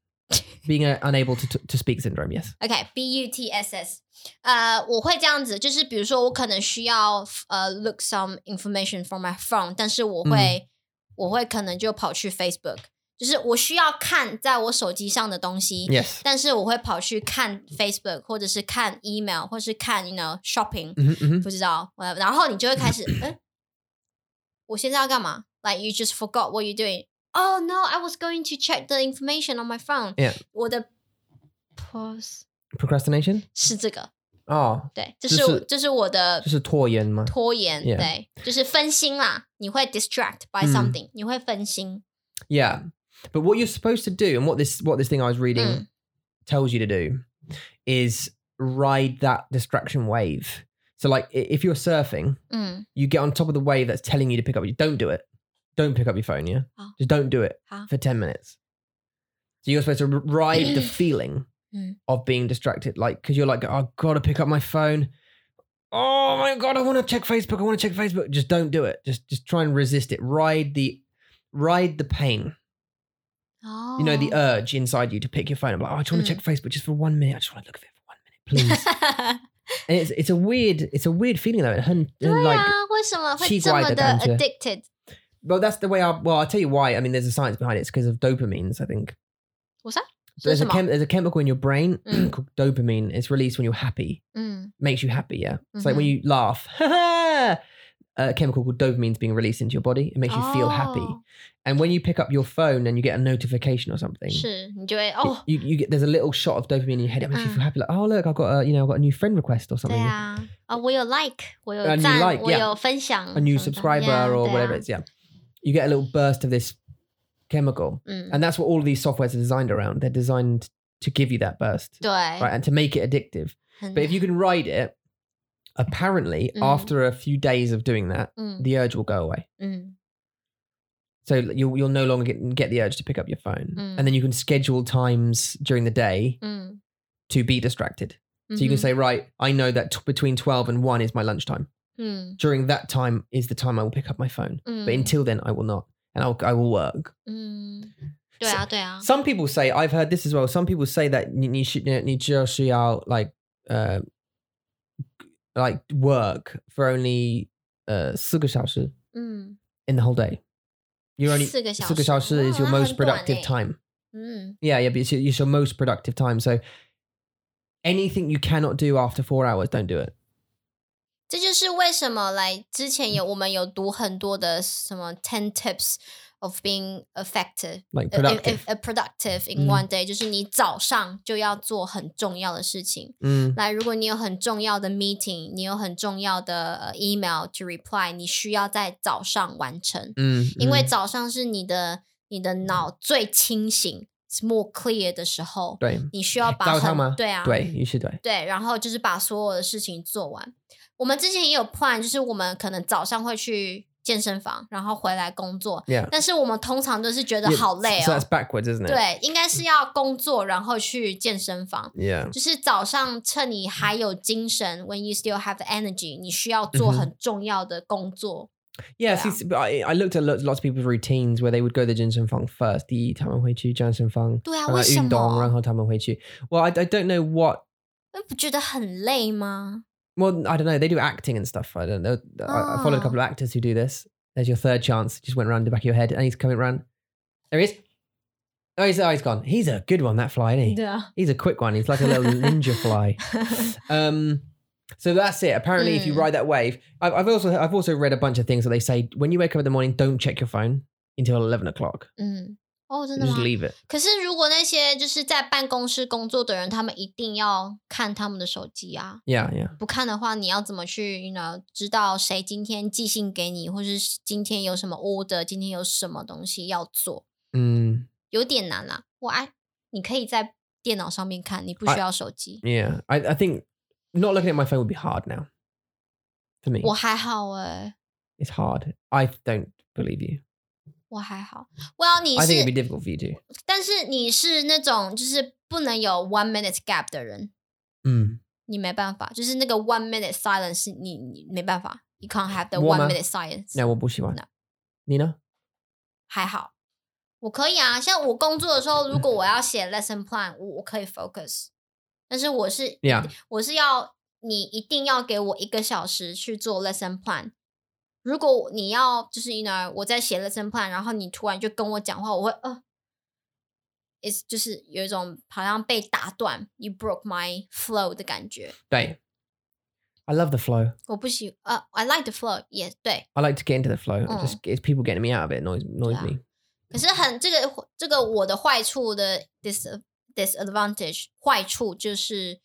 Speaker 2: being uh, unable to, to, to speak syndrome, yes.
Speaker 1: OK B U T S S，呃，我会这样子，就是比如说我可能需要呃 look some information from my phone，但是我
Speaker 2: 嗯
Speaker 1: 会、我会可能就跑去 Facebook，就是我需要看在我手机上的东西
Speaker 2: Yes.
Speaker 1: 但是我会跑去看 Facebook，或者是看 email，或是看 you know shopping，、
Speaker 2: hmm hmm
Speaker 1: 不知道，我然后你就会开
Speaker 2: [clears throat]
Speaker 1: 始，嗯，我现在要干嘛？Like you just forgot what you doing. Oh no, I was going to check the information on my phone.
Speaker 2: Yeah.
Speaker 1: 我的 pause
Speaker 2: Procrastination?
Speaker 1: 是这个，
Speaker 2: Oh,
Speaker 1: 对，这
Speaker 2: 就是
Speaker 1: 我
Speaker 2: 是
Speaker 1: 这是我的
Speaker 2: 就是拖延吗？
Speaker 1: 拖延
Speaker 2: Yeah.
Speaker 1: 对，就是分心啦。你会 distract by
Speaker 2: 嗯
Speaker 1: something，、你会分心。
Speaker 2: Yeah. But what you're supposed to do and what this what this thing I was reading
Speaker 1: Mm.
Speaker 2: tells you to do is ride that distraction wave. So like i- if you're surfing,
Speaker 1: 嗯，
Speaker 2: you get on top of the wave that's telling you to pick up you don't do it. Don't pick up your phone, yeah?
Speaker 1: Oh.
Speaker 2: Just don't do it
Speaker 1: Ah.
Speaker 2: for 10 minutes. So you're supposed to r- ride
Speaker 1: [clears throat]
Speaker 2: the feeling
Speaker 1: Mm.
Speaker 2: of being distracted like cuz you're like oh god to pick up my phone. Oh my god, I want to check Facebook. I want to check Facebook. Just don't do it. Just just try and resist it. Ride the ride the pain
Speaker 1: 哦，
Speaker 2: you know, the urge inside you to pick your phone up. Like, oh, I just want
Speaker 1: Mm.
Speaker 2: to check Facebook just for one minute. I just want to look at it for one minute, please. and it's it's a weird it's a weird feeling though. And, hun-
Speaker 1: 对
Speaker 2: and [laughs] like,
Speaker 1: 啊，为什么会
Speaker 2: 奇
Speaker 1: 这
Speaker 2: 怪
Speaker 1: 么
Speaker 2: 的
Speaker 1: 的
Speaker 2: 感觉
Speaker 1: addicted？
Speaker 2: well, that's the way. I well, I'll tell you why. I mean, there's a science behind it. It's because of dopamines. I think
Speaker 1: What's that? 是
Speaker 2: there's
Speaker 1: 什
Speaker 2: a
Speaker 1: 么？
Speaker 2: chem- there's a chemical in your brain [clears throat]
Speaker 1: Mm.
Speaker 2: called dopamine. It's released when you're happy.
Speaker 1: 嗯
Speaker 2: Makes you happy. Yeah. It's like when
Speaker 1: Mm-hmm.
Speaker 2: you laugh. [laughs] A chemical called dopamine's being released into your body. It makes you feel happy.
Speaker 1: 哦
Speaker 2: And when you pick up your phone and you get a notification or something,
Speaker 1: 是你就会
Speaker 2: it-
Speaker 1: 哦，
Speaker 2: you, you get there's a little shot of dopamine in your head. It makes you
Speaker 1: Oh. Mm.
Speaker 2: feel happy. Like, oh look, I've got a you know I've got a new friend request or
Speaker 1: 对
Speaker 2: something,
Speaker 1: 啊，啊，我有 like，我有
Speaker 2: A new
Speaker 1: 赞，
Speaker 2: 嗯啊 like，
Speaker 1: 我
Speaker 2: yeah
Speaker 1: 有分享什么的，
Speaker 2: a new subscriber
Speaker 1: yeah，
Speaker 2: or
Speaker 1: 对啊
Speaker 2: whatever it's yeah. You get a little burst of this chemical,
Speaker 1: 嗯，
Speaker 2: and that's what all of these softwares are designed around. They're designed to give you that burst,
Speaker 1: 对，
Speaker 2: right, and to make it addictive.
Speaker 1: 很
Speaker 2: But if you can ride it, apparently
Speaker 1: Mm.
Speaker 2: after a few days of doing that,
Speaker 1: 嗯
Speaker 2: the urge will go away.
Speaker 1: 嗯
Speaker 2: So you'll you'll no longer get, get the urge to pick up your phone,
Speaker 1: Mm.
Speaker 2: and then you can schedule times during the day
Speaker 1: 嗯，
Speaker 2: to be distracted. So you can
Speaker 1: mhm，
Speaker 2: say, right, I know that t- between 12 and 1 is my lunchtime.
Speaker 1: 嗯
Speaker 2: During that time is the time I will pick up my phone.
Speaker 1: 嗯，
Speaker 2: But until then, I will not. And I'll, I will work.
Speaker 1: 嗯，对啊对啊，
Speaker 2: Some people say, I've heard this as well. Some people say that you, you should, you just要, like, uh, like work for only uh, 4个小时
Speaker 1: 嗯，
Speaker 2: in the whole day. You're only
Speaker 1: 四个小时，
Speaker 2: 4个小时is your
Speaker 1: wow，那很
Speaker 2: most
Speaker 1: 短欸
Speaker 2: productive time.
Speaker 1: 嗯
Speaker 2: Yeah, yeah, but it's your, it's your most productive time. So anything you cannot do after four hours, don't do it.
Speaker 1: 这就是为什么来之前有我们有读很多的什么 ten tips of being effective。
Speaker 2: Like
Speaker 1: a- a-
Speaker 2: productive.
Speaker 1: a- a productive in
Speaker 2: 嗯
Speaker 1: one day，、就是你早上就要做很重要的事情。
Speaker 2: Mm.
Speaker 1: 来，如果你有很重要的 meeting，你有很重要的呃 email to reply，你需要在早上完成，
Speaker 2: Mm,
Speaker 1: 因
Speaker 2: mm.
Speaker 1: 为早上是你的你的脑最清醒，it's more clear 的时候，
Speaker 2: 对
Speaker 1: 你需要把
Speaker 2: 早上
Speaker 1: 很
Speaker 2: 吗
Speaker 1: 对啊
Speaker 2: 对，于是对，
Speaker 1: 对，然后就是把所有的事情做完。我们之前也有 plan，就是我们可能早上会去健身房，然后回来工作。
Speaker 2: Yeah
Speaker 1: 但是我们通常都是觉得 [laughs]
Speaker 2: Yeah,
Speaker 1: 好累
Speaker 2: So
Speaker 1: 哦
Speaker 2: that's。backwards, isn't it?
Speaker 1: 对，应该是要工作，然后去健身房。
Speaker 2: Yeah.
Speaker 1: 就是早上趁你还有精神，when you still have the energy，你需要做
Speaker 2: 嗯哼
Speaker 1: 很重要的工作。
Speaker 2: Yeah.
Speaker 1: Yeah.
Speaker 2: See, but I, I looked at lots, lots of people's routines where they would go to the Jensen Fang first. 第一他们会去健身房，
Speaker 1: 对啊，
Speaker 2: 然后
Speaker 1: 为什么？
Speaker 2: 运动，然后他们会去- Well, I, I don't know what.
Speaker 1: 那不觉得很累吗？
Speaker 2: Well, I don't know. They do acting and stuff. I don't know. I, I followed a
Speaker 1: Ah.
Speaker 2: couple of actors who do this. There's your third chance. Just went round the back of your head, and he's coming round. There he is. Oh, he's, oh, he's gone. He's a good one, that fly, isn't he?
Speaker 1: 啊，
Speaker 2: He's a quick one. He's like a
Speaker 1: [laughs]
Speaker 2: little ninja fly. Um, so that's it. Apparently, if you
Speaker 1: Mm.
Speaker 2: ride that wave, I've, I've also I've also read a bunch of things that they say when you wake up in the morning, don't check your phone until eleven o'clock.
Speaker 1: 嗯，哦，真的吗？
Speaker 2: Just leave it.
Speaker 1: 可是如果那些就是在办公室工作的人，他们一定要看他们的手机啊。
Speaker 2: Yeah, yeah.
Speaker 1: 不看的话，你要怎么去，you know，知道谁今天寄信给你，或是今天有什么 order，今天有什么东西要做，
Speaker 2: Mm.
Speaker 1: 有点难啦。我 I 你可以在电脑上面看，你
Speaker 2: 啊
Speaker 1: 不需要手机。
Speaker 2: Yeah, I, I think not looking at my phone would be hard now. For me,
Speaker 1: 我还好哎、
Speaker 2: it's hard. I don't believe you.
Speaker 1: 我还好。Well，你
Speaker 2: I think it'd be
Speaker 1: 是，
Speaker 2: difficult for you to.
Speaker 1: 但是你是那种就是不能有 one minute gap 的人，
Speaker 2: Mm.
Speaker 1: 你没办法，就是那个 one minute silence 是你你没办法，you can't have the
Speaker 2: 我
Speaker 1: one
Speaker 2: 吗
Speaker 1: minute silence。
Speaker 2: No, 我不喜欢。
Speaker 1: No.
Speaker 2: Nina?
Speaker 1: 还好，我可以啊。像我工作的时候，如果我要写 lesson plan，我我可以 focus，但是我是
Speaker 2: Yeah.
Speaker 1: 我是要你一定要给我一个小时去做 lesson plan。如果你要就是，you know，我在写 lesson plan，然后你突然就跟我讲话，我会呃，it's 就是有一种好像被打断，you broke my flow 的感觉。
Speaker 2: 对。I love the flow.
Speaker 1: 我不喜呃、i like the flow，也、对。
Speaker 2: I like to get into the flow. It
Speaker 1: Mm.
Speaker 2: just it's people getting me out of it annoys annoys
Speaker 1: Yeah.
Speaker 2: me.
Speaker 1: 可是很这个这个我的坏处的 dis disadvantage 坏处就是，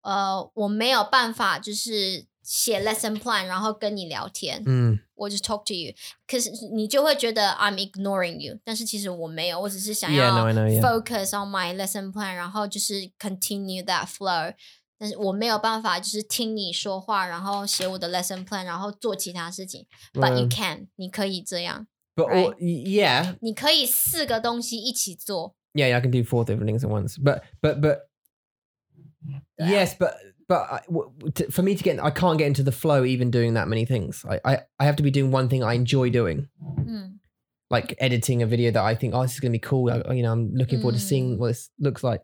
Speaker 1: 呃，我没有办法就是写 lesson plan，然后跟你聊天，
Speaker 2: Mm.
Speaker 1: 我就 talk to you。可是你就会觉得 I'm ignoring you，但是其实我没有，我只是想
Speaker 2: Yeah,
Speaker 1: 要
Speaker 2: no, I know, yeah.
Speaker 1: focus on my lesson plan，然后就是 continue that flow。但是我没有办法，就是听你说话，然后写我的 lesson plan，然后做其他事情。But you
Speaker 2: Um,
Speaker 1: can，你可以这样。
Speaker 2: but
Speaker 1: right?
Speaker 2: all- yeah,
Speaker 1: 你可以四个东西一起做。
Speaker 2: yeah, yeah, I can do four different things at once. But but but
Speaker 1: Yeah.
Speaker 2: yes, but but I, w- w- to, for me to get, I can't get into the flow even doing that many things. I, I I have to be doing one thing I enjoy doing,
Speaker 1: 嗯
Speaker 2: like editing a video that I think oh this is gonna be cool. I, you know, I'm looking forward to seeing
Speaker 1: Mm.
Speaker 2: what this looks like.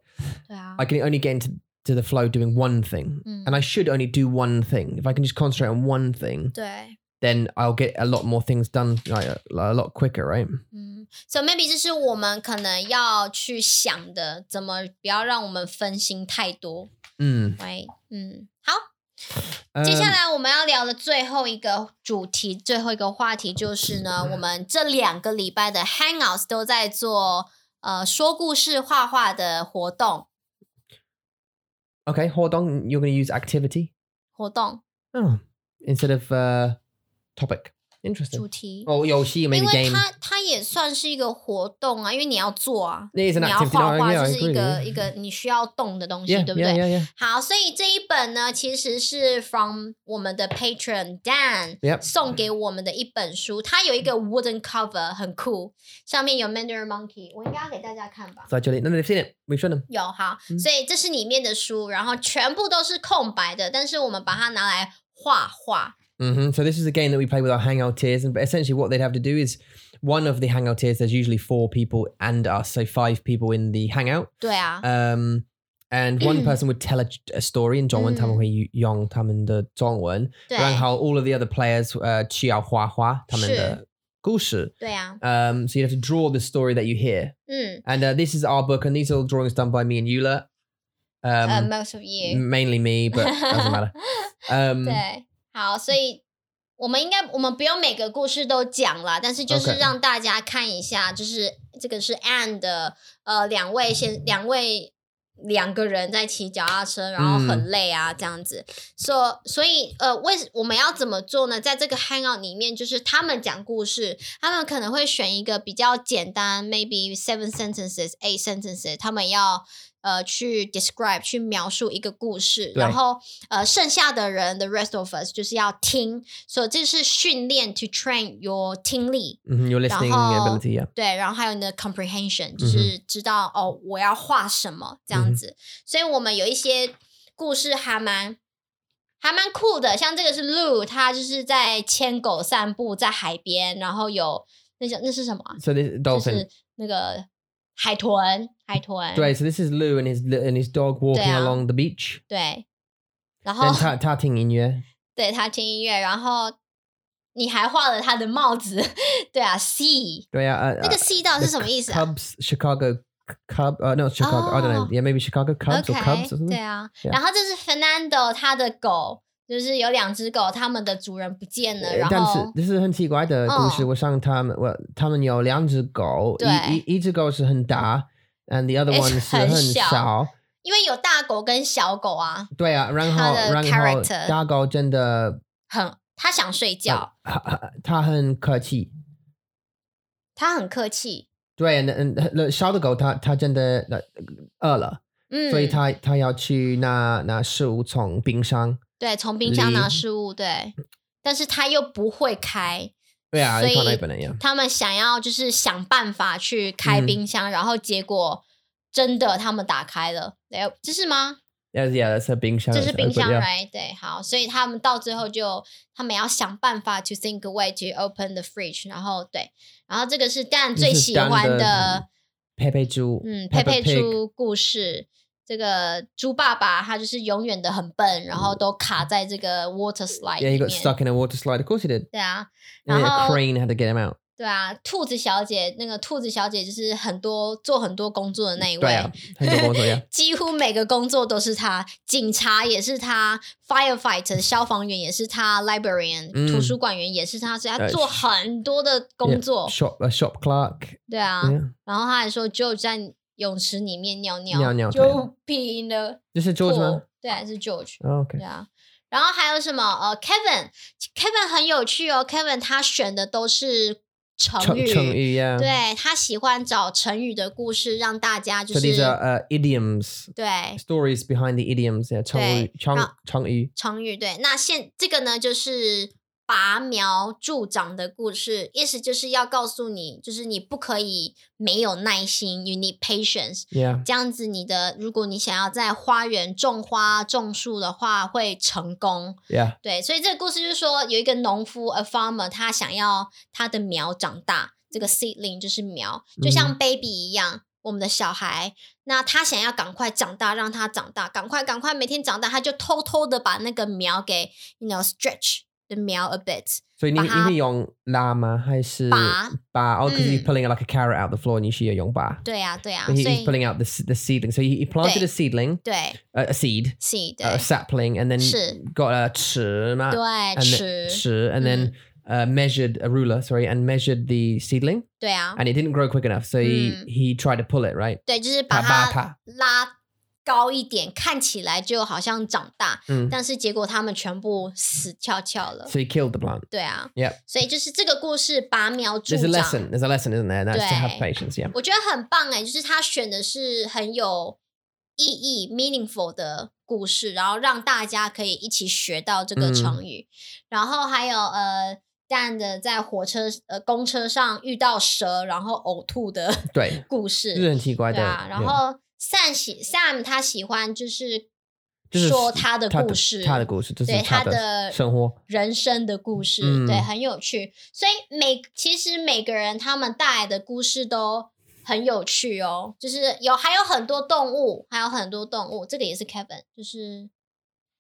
Speaker 1: 对啊
Speaker 2: I can only get into to the flow doing one thing,
Speaker 1: Mm.
Speaker 2: and I should only do one thing. If I can just concentrate on one thing,
Speaker 1: 对，
Speaker 2: then I'll get a lot more things done like a, a lot quicker, right?
Speaker 1: 嗯，so maybe 这是我们可能要去想的，怎么不要让我们分心太多。
Speaker 2: Mm.
Speaker 1: 喂，嗯，好，
Speaker 2: Um,
Speaker 1: 接下来我们要聊的最后一个主题，最后一个话题就是呢，
Speaker 2: 嗯
Speaker 1: 我们这两个礼拜的 Hangouts 都在做呃说故事、画画的活动
Speaker 2: okay, hold on. You're going to use activity
Speaker 1: 活动
Speaker 2: oh, instead of uh, topic.
Speaker 1: 主
Speaker 2: Interesting.
Speaker 1: 题。
Speaker 2: Oh, Yoshi,
Speaker 1: 因
Speaker 2: maybe
Speaker 1: 为
Speaker 2: game.
Speaker 1: 它它也算是一个活动啊，因为你要做啊，
Speaker 2: It is an
Speaker 1: 你要
Speaker 2: activity.
Speaker 1: 画
Speaker 2: No,
Speaker 1: 画
Speaker 2: yeah, I
Speaker 1: 就是
Speaker 2: agree.
Speaker 1: 一
Speaker 2: Yeah,
Speaker 1: 个一个你需要动的东西，
Speaker 2: yeah,
Speaker 1: 对不
Speaker 2: yeah,
Speaker 1: 对？
Speaker 2: yeah, yeah.
Speaker 1: 好，所以这一本呢，其实是 from 我们的 patron Dan
Speaker 2: Yep.
Speaker 1: 送给我们的一本书，它有一个 wooden cover，很酷，上面有 Mandarin monkey，我应该要给大家看吧。
Speaker 2: So actually, no, no, they've seen it. We've shown them.
Speaker 1: 有好，
Speaker 2: 嗯
Speaker 1: 所以这是里面的书，然后全部都是空白的，但是我们把它拿来画画。
Speaker 2: hmm So this is a game that we play with our hangoutiers, and but essentially what they'd have to do is one of the hangoutiers. There's usually four people and us, so five people in the hangout.
Speaker 1: 对啊，
Speaker 2: Um, and one person would tell a, a story in Zhongwen,
Speaker 1: Mm.
Speaker 2: mm. Yong, Taman the Zhongwen,
Speaker 1: 对啊
Speaker 2: and how all of the other players, uh, 去要画画, Taman
Speaker 1: 是。
Speaker 2: the 故事.
Speaker 1: 对啊，
Speaker 2: Um, so you have to draw the story that you hear.
Speaker 1: 嗯，
Speaker 2: And uh, this is our book, and these are all drawings done by me and Eula.
Speaker 1: 呃
Speaker 2: Um,
Speaker 1: ，most of you，
Speaker 2: mainly me, but
Speaker 1: [laughs]
Speaker 2: doesn't matter. Um,
Speaker 1: 对，好，所以我们应该我们不用每个故事都讲啦，但是就是
Speaker 2: OK
Speaker 1: 让大家看一下，就是这个是 Anne 的呃两位先两位两个人在骑脚踏车，然后很
Speaker 2: 嗯
Speaker 1: 累啊、这样子。所、所以呃为我们要怎么做呢？在这个 hangout 里面，就是他们讲故事，他们可能会选一个比较简单，maybe seven sentences, eight sentences，他们要呃去 describe 去描述一个故事，
Speaker 2: 对
Speaker 1: 然后呃剩下的人 the rest of us 就是要听，所、以这是训练 to train your 听力。
Speaker 2: mhm, your listening
Speaker 1: 后
Speaker 2: ability, yeah.
Speaker 1: 对，然后还有你的 comprehension，就是知道、哦，我要画什么这样子。所以我们有一些故事还蛮还蛮酷的，像这个是 Lou，他就是在牵狗散步在海边，然后有那叫那是什么啊？
Speaker 2: So this
Speaker 1: 就
Speaker 2: dolphin.
Speaker 1: 是那个海豚，海豚，
Speaker 2: Right, so this is Lou and his and his dog walking
Speaker 1: Yeah.
Speaker 2: along the beach.
Speaker 1: 对然后
Speaker 2: Then ta ta ting in yeah.
Speaker 1: 对他听音乐，然后你还画了他的帽子， [laughs] 对啊，C。
Speaker 2: Yeah,
Speaker 1: 那个 C 到底是什么意思啊？
Speaker 2: uh, Cubs, Chicago Cub. Uh, no, it's Chicago. I don't know.
Speaker 1: Oh.
Speaker 2: Yeah, maybe Chicago Cubs or Cubs or something.
Speaker 1: 对啊。
Speaker 2: Yeah.
Speaker 1: 然后这是 Fernando 他的狗，就是有两只狗，他们的主人不见了，
Speaker 2: 呃
Speaker 1: 然
Speaker 2: 但
Speaker 1: 后
Speaker 2: 是这是很奇怪的故事。
Speaker 1: 嗯
Speaker 2: 我想他们，我他们有两只狗，
Speaker 1: 对
Speaker 2: 一一一只狗是很大，and the other
Speaker 1: 一 [laughs]
Speaker 2: one
Speaker 1: 只
Speaker 2: 是
Speaker 1: 很
Speaker 2: 很
Speaker 1: 小
Speaker 2: 小。
Speaker 1: 因为有大狗跟小狗啊，
Speaker 2: 对啊，然
Speaker 1: 它
Speaker 2: 后
Speaker 1: 的
Speaker 2: 然后
Speaker 1: character
Speaker 2: 大狗真的，
Speaker 1: 很他
Speaker 2: 嗯
Speaker 1: 想睡觉，
Speaker 2: 它它它很客气，
Speaker 1: 他很客气，
Speaker 2: 对，and and 那小的狗它它真的那饿了，
Speaker 1: 嗯，
Speaker 2: 所以它它要去拿拿食物从冰箱。
Speaker 1: 对从冰箱拿
Speaker 2: 零
Speaker 1: 食物，对，但是它又不会开，
Speaker 2: 对啊，
Speaker 1: 所以
Speaker 2: 看那本了呀。
Speaker 1: 他们想要就是想办法去开
Speaker 2: 嗯
Speaker 1: 冰箱，然后结果真的他们打开了，没有，这是吗？
Speaker 2: Yes, yeah, that's a 冰箱。
Speaker 1: 这是
Speaker 2: that's
Speaker 1: 冰
Speaker 2: open,
Speaker 1: 箱
Speaker 2: yeah.
Speaker 1: right？对，好，所以他们到最后就他们要想办法 to think a way to open the fridge，然后对，然后这个是蛋
Speaker 2: 这
Speaker 1: 最
Speaker 2: 是
Speaker 1: 喜
Speaker 2: 丹
Speaker 1: 欢
Speaker 2: 的
Speaker 1: 的，
Speaker 2: 佩佩猪，
Speaker 1: 嗯，佩
Speaker 2: Peppa
Speaker 1: 佩
Speaker 2: Pig
Speaker 1: 猪故事。这个猪爸爸他就是永远的很笨，然
Speaker 2: 嗯
Speaker 1: 后都卡在这个 water slide
Speaker 2: Yeah,
Speaker 1: 里
Speaker 2: he got
Speaker 1: 面。
Speaker 2: stuck in a water slide. Of course he did.
Speaker 1: 对啊，
Speaker 2: And then
Speaker 1: 然
Speaker 2: a
Speaker 1: 后
Speaker 2: crane had to get him out.
Speaker 1: 对啊，兔子小姐那个兔子小姐就是很多做很多工作的那一
Speaker 2: 对
Speaker 1: 位，
Speaker 2: 啊，很多工作 [laughs] 呀。
Speaker 1: 几乎每个工作都是她，警察也是她，firefighter 消防员也是她，librarian、
Speaker 2: 嗯
Speaker 1: 图书馆员也是她，所以她
Speaker 2: 呃
Speaker 1: 做很多的工作。
Speaker 2: Shop a shop clerk.
Speaker 1: 对啊
Speaker 2: Yeah.
Speaker 1: 然后她还说就在泳池里面尿尿，
Speaker 2: 嗯尿尿对
Speaker 1: [laughs]
Speaker 2: 啊
Speaker 1: 就屁呢，
Speaker 2: This is George 吗
Speaker 1: 对啊，是 George。
Speaker 2: Oh, okay.
Speaker 1: 对啊，然后还有什么？呃，Kevin，Kevin 很有趣哦。Kevin 他选的都是成
Speaker 2: 成
Speaker 1: 语，
Speaker 2: 成语 yeah.
Speaker 1: 对他喜欢找成语的故事，让大家就
Speaker 2: So
Speaker 1: 是
Speaker 2: these are uh, idioms,
Speaker 1: 对
Speaker 2: stories behind the idioms. Yeah, 成语
Speaker 1: 对
Speaker 2: 成
Speaker 1: 那
Speaker 2: 成语。
Speaker 1: 成语对。那现这个呢，就是拔苗助长的故事，意思就是要告诉你，就是你不可以没有耐心，you need patience。
Speaker 2: Yeah.
Speaker 1: 这样子，你的如果你想要在花园种花、种树的话，会成功。
Speaker 2: Yeah.
Speaker 1: 对，所以这个故事就是说，有一个农夫 a farmer，他想要他的苗长大，这个 seedling 就是苗，就像 baby 一样，我们的小孩，那他想要赶快长大，让他长大，赶快赶快每天长大，他就偷偷的把那个苗给 you know stretch the 苗 a bit，
Speaker 2: 所以你
Speaker 1: 把
Speaker 2: 你
Speaker 1: 它
Speaker 2: 会用拉吗？还是
Speaker 1: 拔
Speaker 2: 拔？Oh, because he's
Speaker 1: 嗯
Speaker 2: pulling like a carrot out the floor, and you should 用拔。
Speaker 1: 对呀、对呀、啊
Speaker 2: But he,
Speaker 1: 所
Speaker 2: he's
Speaker 1: 以
Speaker 2: pulling out the s- the seedling. So he, he planted
Speaker 1: 对
Speaker 2: a seedling,
Speaker 1: 对
Speaker 2: uh, a seed,
Speaker 1: 是
Speaker 2: uh,
Speaker 1: 对
Speaker 2: a sapling, and then
Speaker 1: 是
Speaker 2: got a 尺嘛
Speaker 1: 对
Speaker 2: and
Speaker 1: 吃
Speaker 2: then, 尺, and then
Speaker 1: Mm.
Speaker 2: uh, measured a ruler, sorry, and measured the seedling,
Speaker 1: 对啊，
Speaker 2: and it didn't grow quick enough, so he
Speaker 1: Oh. Mm. Uh-huh.
Speaker 2: he tried to pull it right.
Speaker 1: 对，就是把它
Speaker 2: 它拔它，
Speaker 1: 拉高一点，看起来就好像长大，
Speaker 2: 嗯
Speaker 1: 但是结果他们全部死翘翘了。
Speaker 2: Mm. So he killed the plant.
Speaker 1: 对啊
Speaker 2: Yep.
Speaker 1: 所以就是这个故事拔苗助
Speaker 2: There's a
Speaker 1: 长，
Speaker 2: lesson. There's a lesson, isn't there? And That's to have
Speaker 1: 对。
Speaker 2: patience. Yeah.
Speaker 1: 我觉得很棒哎、就是他选的是很有意义、meaningful 的故事，然后让大家可以一起学到这个
Speaker 2: 嗯
Speaker 1: 成语，然后还有呃。蛋的在火车呃公车上遇到蛇，然后呕吐的 [laughs]
Speaker 2: 对，
Speaker 1: 故事，
Speaker 2: 就是很奇怪的，
Speaker 1: 对啊，然
Speaker 2: yeah.
Speaker 1: 后 Sam 喜 Sam 他喜欢就是
Speaker 2: 就是
Speaker 1: 说他的
Speaker 2: 他的
Speaker 1: 故事，
Speaker 2: 他的故事，就是
Speaker 1: 对他
Speaker 2: 他的
Speaker 1: 的
Speaker 2: 生活。
Speaker 1: 人生的故事，
Speaker 2: 嗯
Speaker 1: 对，很有趣。所以每其实每个人他们带来的故事都很有趣哦，就是有还有很多动物，还有很多动物，这个也是 Kevin，就是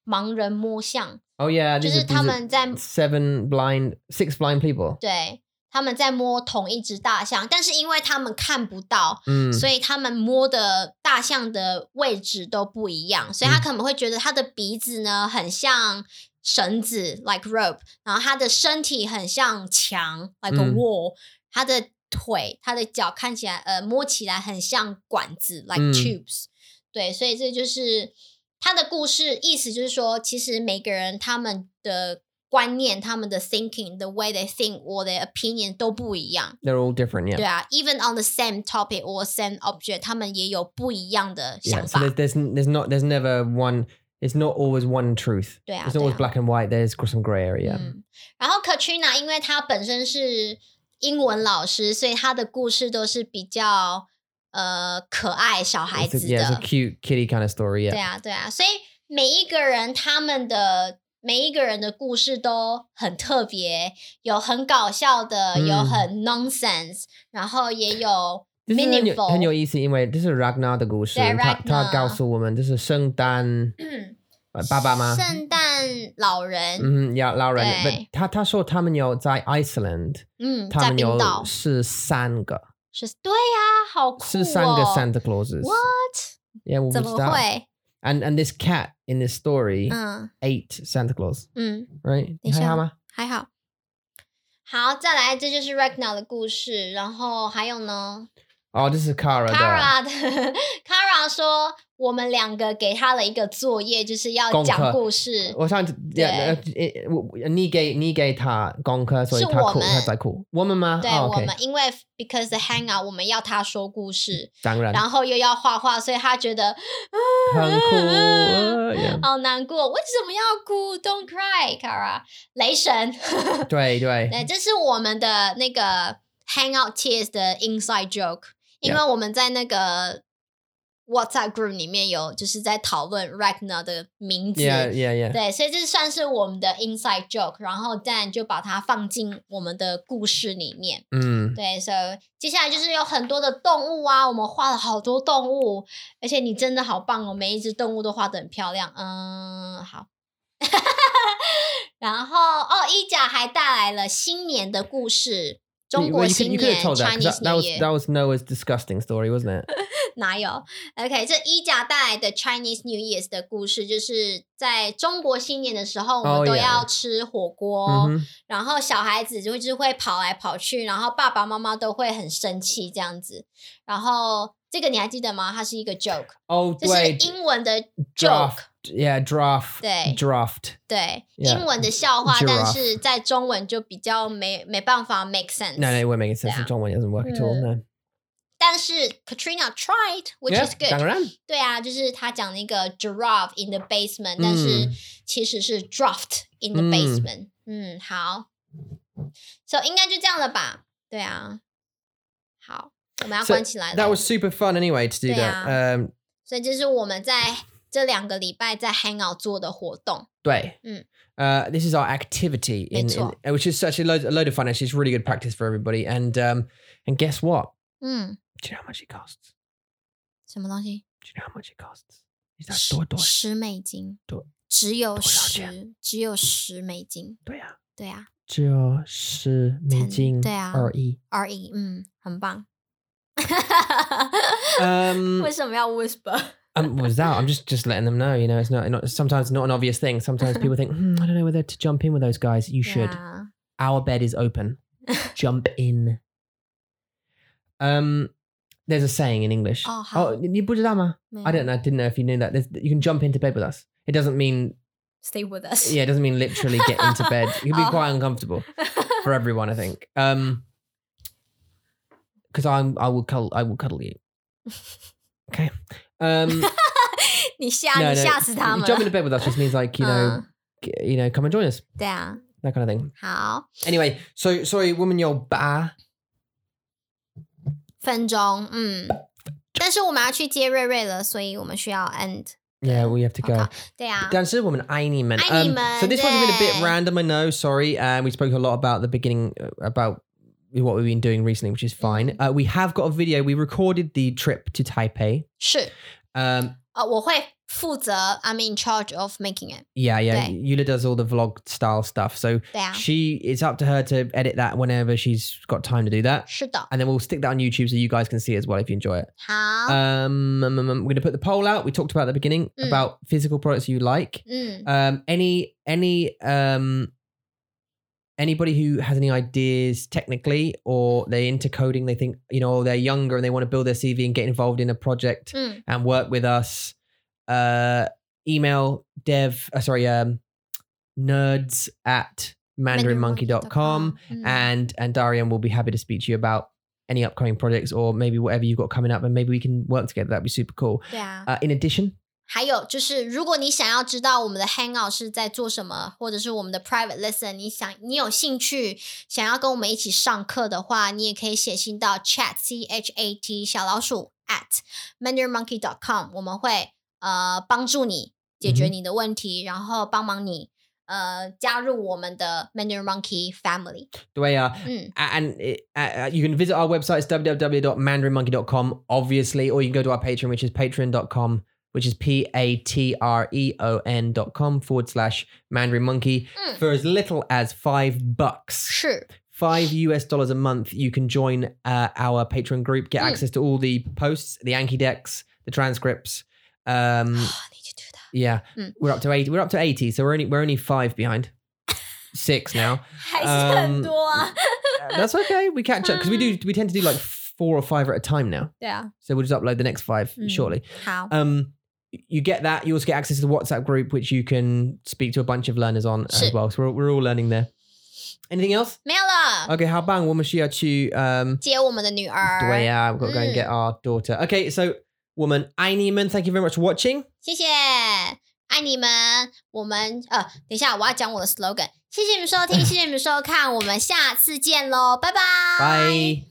Speaker 1: 盲人摸象，
Speaker 2: Oh yeah,
Speaker 1: 就
Speaker 2: these
Speaker 1: 是
Speaker 2: are,
Speaker 1: 他
Speaker 2: these
Speaker 1: 们
Speaker 2: are
Speaker 1: 在
Speaker 2: seven blind, six blind people.
Speaker 1: 对他们在摸同一只大象，但是因为他们看不到，
Speaker 2: Mm.
Speaker 1: 所以他们摸的大象的位置都不一样，所以
Speaker 2: 嗯
Speaker 1: 他可能会觉得他的鼻子呢很像绳子，like rope，然后他的身体很像墙，like a
Speaker 2: 嗯
Speaker 1: wall，、他的腿、他的脚看起来呃摸起来很像管子，like
Speaker 2: 嗯
Speaker 1: tubes、对，所以这就是他的故事，意思就是说，其实每个人他们的观念、他们的 thinking，the way they think or their opinion 都不一样。
Speaker 2: They're all different.
Speaker 1: 对
Speaker 2: Yeah.
Speaker 1: 啊，even on the same topic or same object，他们也有不一样的
Speaker 2: Yeah.
Speaker 1: 想
Speaker 2: So
Speaker 1: 法。
Speaker 2: there's, there's there's not there's never one. It's not always one truth.
Speaker 1: 对啊，
Speaker 2: It's
Speaker 1: 对
Speaker 2: not
Speaker 1: 啊
Speaker 2: always black and white. There's some grey area.
Speaker 1: 嗯，然后 Katrina 因为她本身是英文老师，所以她的故事都是比较呃可爱小孩
Speaker 2: It's a,
Speaker 1: 子
Speaker 2: yeah,
Speaker 1: 的
Speaker 2: it's a cute kitty kind of story.
Speaker 1: 对
Speaker 2: Yeah.
Speaker 1: 啊，对啊，所以每一个人他们的每一个人的故事都很特别，有很搞笑的，有
Speaker 2: 嗯
Speaker 1: 很 nonsense，然后也有
Speaker 2: This is 很有
Speaker 1: meaningful
Speaker 2: 很有意思，因为这是 Ragnar uh, 的故事，
Speaker 1: 对
Speaker 2: 他
Speaker 1: Ragnar
Speaker 2: 他告诉我们这是
Speaker 1: [clears throat]
Speaker 2: 圣诞呃爸爸吗？
Speaker 1: 圣诞老人，
Speaker 2: 嗯，要老人
Speaker 1: 对，
Speaker 2: 不，他他说他们有在 Iceland，
Speaker 1: 嗯，
Speaker 2: 他
Speaker 1: 在
Speaker 2: 们
Speaker 1: 冰
Speaker 2: 有
Speaker 1: 岛。
Speaker 2: 是三个，
Speaker 1: 是对呀、好酷哦！
Speaker 2: 是三个 Santa Clauses。
Speaker 1: What？
Speaker 2: Yeah，我不
Speaker 1: 怎
Speaker 2: 知
Speaker 1: 么
Speaker 2: 道。
Speaker 1: 会？
Speaker 2: And and this cat in this story
Speaker 1: 嗯
Speaker 2: ate Santa Claus,
Speaker 1: 嗯，
Speaker 2: right？
Speaker 1: 等一
Speaker 2: 你看
Speaker 1: 下
Speaker 2: 他吗？
Speaker 1: 还好。好，再来，这就是 Ragnar 的故事，然后还有呢
Speaker 2: Oh, 哦，这是 Cara 的。
Speaker 1: ，Kara 的 [laughs] Kara 爸说，我们两个给他了一个作业，就是要
Speaker 2: 功
Speaker 1: 讲
Speaker 2: 课
Speaker 1: 故事。
Speaker 2: 我上次
Speaker 1: 对
Speaker 2: 呃呃我我你给你给他功课，所以
Speaker 1: 是
Speaker 2: 他
Speaker 1: 我
Speaker 2: 哭，
Speaker 1: 们
Speaker 2: 他在哭。我们吗？
Speaker 1: 对、
Speaker 2: 哦
Speaker 1: 我
Speaker 2: OK，嗯
Speaker 1: 们，因为 because the hangout，我们要他说故事，
Speaker 2: 当然，
Speaker 1: 然后又要画画，所以他觉得
Speaker 2: 很酷。
Speaker 1: 嗯 [laughs]
Speaker 2: 呃 yeah
Speaker 1: 好难过。为什么要哭？Don't cry，Kara。雷神，
Speaker 2: 对对，
Speaker 1: 对，这是我们的那个 hangout tears 的 inside joke，因为我们在那个 WhatsApp group 里面有就是在讨论 Ragnar 的名字。
Speaker 2: yeah yeah yeah，
Speaker 1: 对，所以这算是我们的 inside joke，然后 Dan 就把它放进我们的故事里面。
Speaker 2: 嗯，
Speaker 1: 对，所以接下来就是有很多的动物啊，我们画了好多动物，而且你真的好棒哦，每一只动物都画的很漂亮。嗯，好。 [laughs] 然后哦，衣甲还带来了新年的故事，中
Speaker 2: You-
Speaker 1: 国
Speaker 2: you could-
Speaker 1: 新
Speaker 2: you could have
Speaker 1: 年
Speaker 2: told that, 'cause
Speaker 1: Chinese
Speaker 2: that, that
Speaker 1: New
Speaker 2: was that
Speaker 1: Year
Speaker 2: was Noah's disgusting story, wasn't it?
Speaker 1: 哪有？OK，这衣甲带来的 Chinese New Year 的故事，就是在中国新年的时候，我们
Speaker 2: Oh,
Speaker 1: 都
Speaker 2: yeah.
Speaker 1: 要吃火锅。
Speaker 2: 嗯哼
Speaker 1: 然后小孩子就就是会跑来跑去，然后爸爸妈妈都会很生气这样子。然后这个你还记得吗？它是一个 joke，
Speaker 2: 哦，
Speaker 1: 这是
Speaker 2: 对
Speaker 1: 英文的 joke，
Speaker 2: ，draft Oh, yeah draft
Speaker 1: 对
Speaker 2: draft
Speaker 1: 对
Speaker 2: Yeah，
Speaker 1: 英文的笑话
Speaker 2: giraffe
Speaker 1: 但是在中文就比较没没办法 make sense。
Speaker 2: no no it won't make sense
Speaker 1: Yeah. Mm,
Speaker 2: in 中文 it doesn't work at all no
Speaker 1: 但是 Katrina tried，which
Speaker 2: Yeah,
Speaker 1: is good。
Speaker 2: 当然
Speaker 1: 对啊，就是他讲那个 giraffe in the basement，、但是
Speaker 2: 嗯
Speaker 1: 其实是 draft in the
Speaker 2: 嗯
Speaker 1: basement。嗯，好，所、so, 以应该就这样了吧？对啊，好，我们要
Speaker 2: So,
Speaker 1: 关起来了。
Speaker 2: that was super fun anyway to do that um, 嗯
Speaker 1: 所以这是我们在这两个礼拜在 Hangout 做的活动。
Speaker 2: 对
Speaker 1: 嗯。
Speaker 2: Uh, this is our activity, in,
Speaker 1: 没错。
Speaker 2: in- which is actually a load, a load of fun. Actually, it's really good practice for everybody. And um, and guess what?
Speaker 1: 嗯，
Speaker 2: Do you know how much it costs?
Speaker 1: 什么东西？
Speaker 2: Do you know how much it costs? Is that
Speaker 1: 十十美金
Speaker 2: 啊多，
Speaker 1: 只有
Speaker 2: 多少
Speaker 1: 十，只有十美金。
Speaker 2: ah.
Speaker 1: 对啊，才能-对啊。
Speaker 2: E.
Speaker 1: 而已。嗯，很棒。
Speaker 2: Um,
Speaker 1: [laughs] 为什么要 whisper？
Speaker 2: um, what was that? I'm just just letting them know. You know, it's not, not sometimes not an obvious
Speaker 1: [laughs]
Speaker 2: thing. Sometimes people think, hmm, I don't know whether to jump in with those guys. You should.
Speaker 1: Yeah.
Speaker 2: Our bed
Speaker 1: [laughs]
Speaker 2: is open. jump in. Um, there's a saying in English.
Speaker 1: Oh, how-
Speaker 2: you put it on, ma? I
Speaker 1: 嗯
Speaker 2: don't know. I didn't know if you knew that. There's, you can jump into bed with us. It doesn't mean
Speaker 1: Stay with us.
Speaker 2: yeah. It doesn't mean literally get into bed. It can be
Speaker 1: Oh.
Speaker 2: quite uncomfortable.
Speaker 1: [laughs]
Speaker 2: for everyone, I think. Um, because I'm I will cuddle I will cuddle you. Okay. Um, no,
Speaker 1: [laughs] 你吓
Speaker 2: no,
Speaker 1: 你吓死他们
Speaker 2: Jump into
Speaker 1: 了。嗯
Speaker 2: bed with us just means like you
Speaker 1: Uh.
Speaker 2: know, g- you know, come and join us,
Speaker 1: 对啊，
Speaker 2: that kind of thing.
Speaker 1: 好，
Speaker 2: Anyway, so sorry, woman, your ba.
Speaker 1: 分钟，嗯。但是我们要去接瑞瑞了，所以我们需要 end。
Speaker 2: Yeah, we have to go.
Speaker 1: Okay. 对啊，
Speaker 2: Dancer woman, I need man. Um, so this one's been a bit
Speaker 1: Animan.
Speaker 2: random, I know. Sorry, um, we spoke a lot about the beginning uh, about what we've been doing recently, which is fine. Uh, we have got a video. We recorded the trip to Taipei.
Speaker 1: 是
Speaker 2: Um,
Speaker 1: 呃，我会负责，I'm in charge of making it。
Speaker 2: yeah, yeah.
Speaker 1: Okay.
Speaker 2: Yula does all the vlog style stuff, so
Speaker 1: 对啊，
Speaker 2: She it's up to her to edit that whenever she's got time to do that.
Speaker 1: 是的，
Speaker 2: And then we'll stick that on YouTube so you guys can see it as well if you enjoy it.
Speaker 1: 好，
Speaker 2: Um, um, um, um, we're gonna put the poll out. We talked about at the beginning
Speaker 1: Oh. Mm.
Speaker 2: about physical products you like.
Speaker 1: 嗯，
Speaker 2: Um, any any um anybody who has any ideas technically or they're into coding, they think you know they're younger and they want to build their CV and get involved in a project
Speaker 1: 嗯，
Speaker 2: and work with us. Uh, email dev, uh, sorry, um, nerds at mandarinmonkey.com.
Speaker 1: mandarinmonkey.com，嗯
Speaker 2: And, and Darian will be happy to speak to you about any upcoming projects or maybe whatever you've got coming up and maybe we can work together. That'd be super cool.
Speaker 1: 对啊，
Speaker 2: Uh, in addition,
Speaker 1: 还有就是，如果你想要知道我们的 Hangout 是在做什么，或者是我们的 Private Lesson，你想你有兴趣想要跟我们一起上课的话，你也可以写信到 chat c h a t 小老鼠 at mandarinmonkey.com，我们会呃帮助你解决
Speaker 2: 嗯哼
Speaker 1: 你的问题，然后帮忙你呃加入我们的 Mandarin Monkey Family。
Speaker 2: the way uh,
Speaker 1: 嗯，
Speaker 2: and it, uh, uh, you can visit our website, it's www.mandarinmonkey.com, obviously, or you can go to our Patreon, which is patreon.com, which is P A T R E O N dot com forward slash Mandarin Monkey.
Speaker 1: Mm.
Speaker 2: For as little as five bucks,
Speaker 1: 是
Speaker 2: five US dollars a month, you can join uh, our Patreon group, get
Speaker 1: Mm.
Speaker 2: access to all the posts, the Anki decks, the transcripts.
Speaker 1: [sighs]
Speaker 2: Um,
Speaker 1: 啊，你就知道，
Speaker 2: yeah,
Speaker 1: Mm.
Speaker 2: we're up to eight. We're up to eighty, so we're only we're only five behind, six now.
Speaker 1: 还是很多啊。啊嗯
Speaker 2: Uh, that's okay. We catch up because we do. We tend to do like f- four or five at a time now.
Speaker 1: [laughs] 对啊，
Speaker 2: So we'll just upload the next five
Speaker 1: Mm.
Speaker 2: shortly.
Speaker 1: 好，
Speaker 2: Um, you get that. You also get access to the WhatsApp group, which you can speak to a bunch of learners on as
Speaker 1: Shit.
Speaker 2: well. So we're, we're all learning there. Anything else?
Speaker 1: 没有了，
Speaker 2: Okay, how bang? 我们需要去 um
Speaker 1: 接我们的女儿，
Speaker 2: 对呀，we've got to go and get our daughter. Okay, so woman, Aineeman, thank you very much for watching.
Speaker 1: 谢谢，爱你们。我们呃，等一下我要讲我的 slogan。谢谢你们收听，谢谢你们收看，我们下次见喽，拜拜，
Speaker 2: Bye.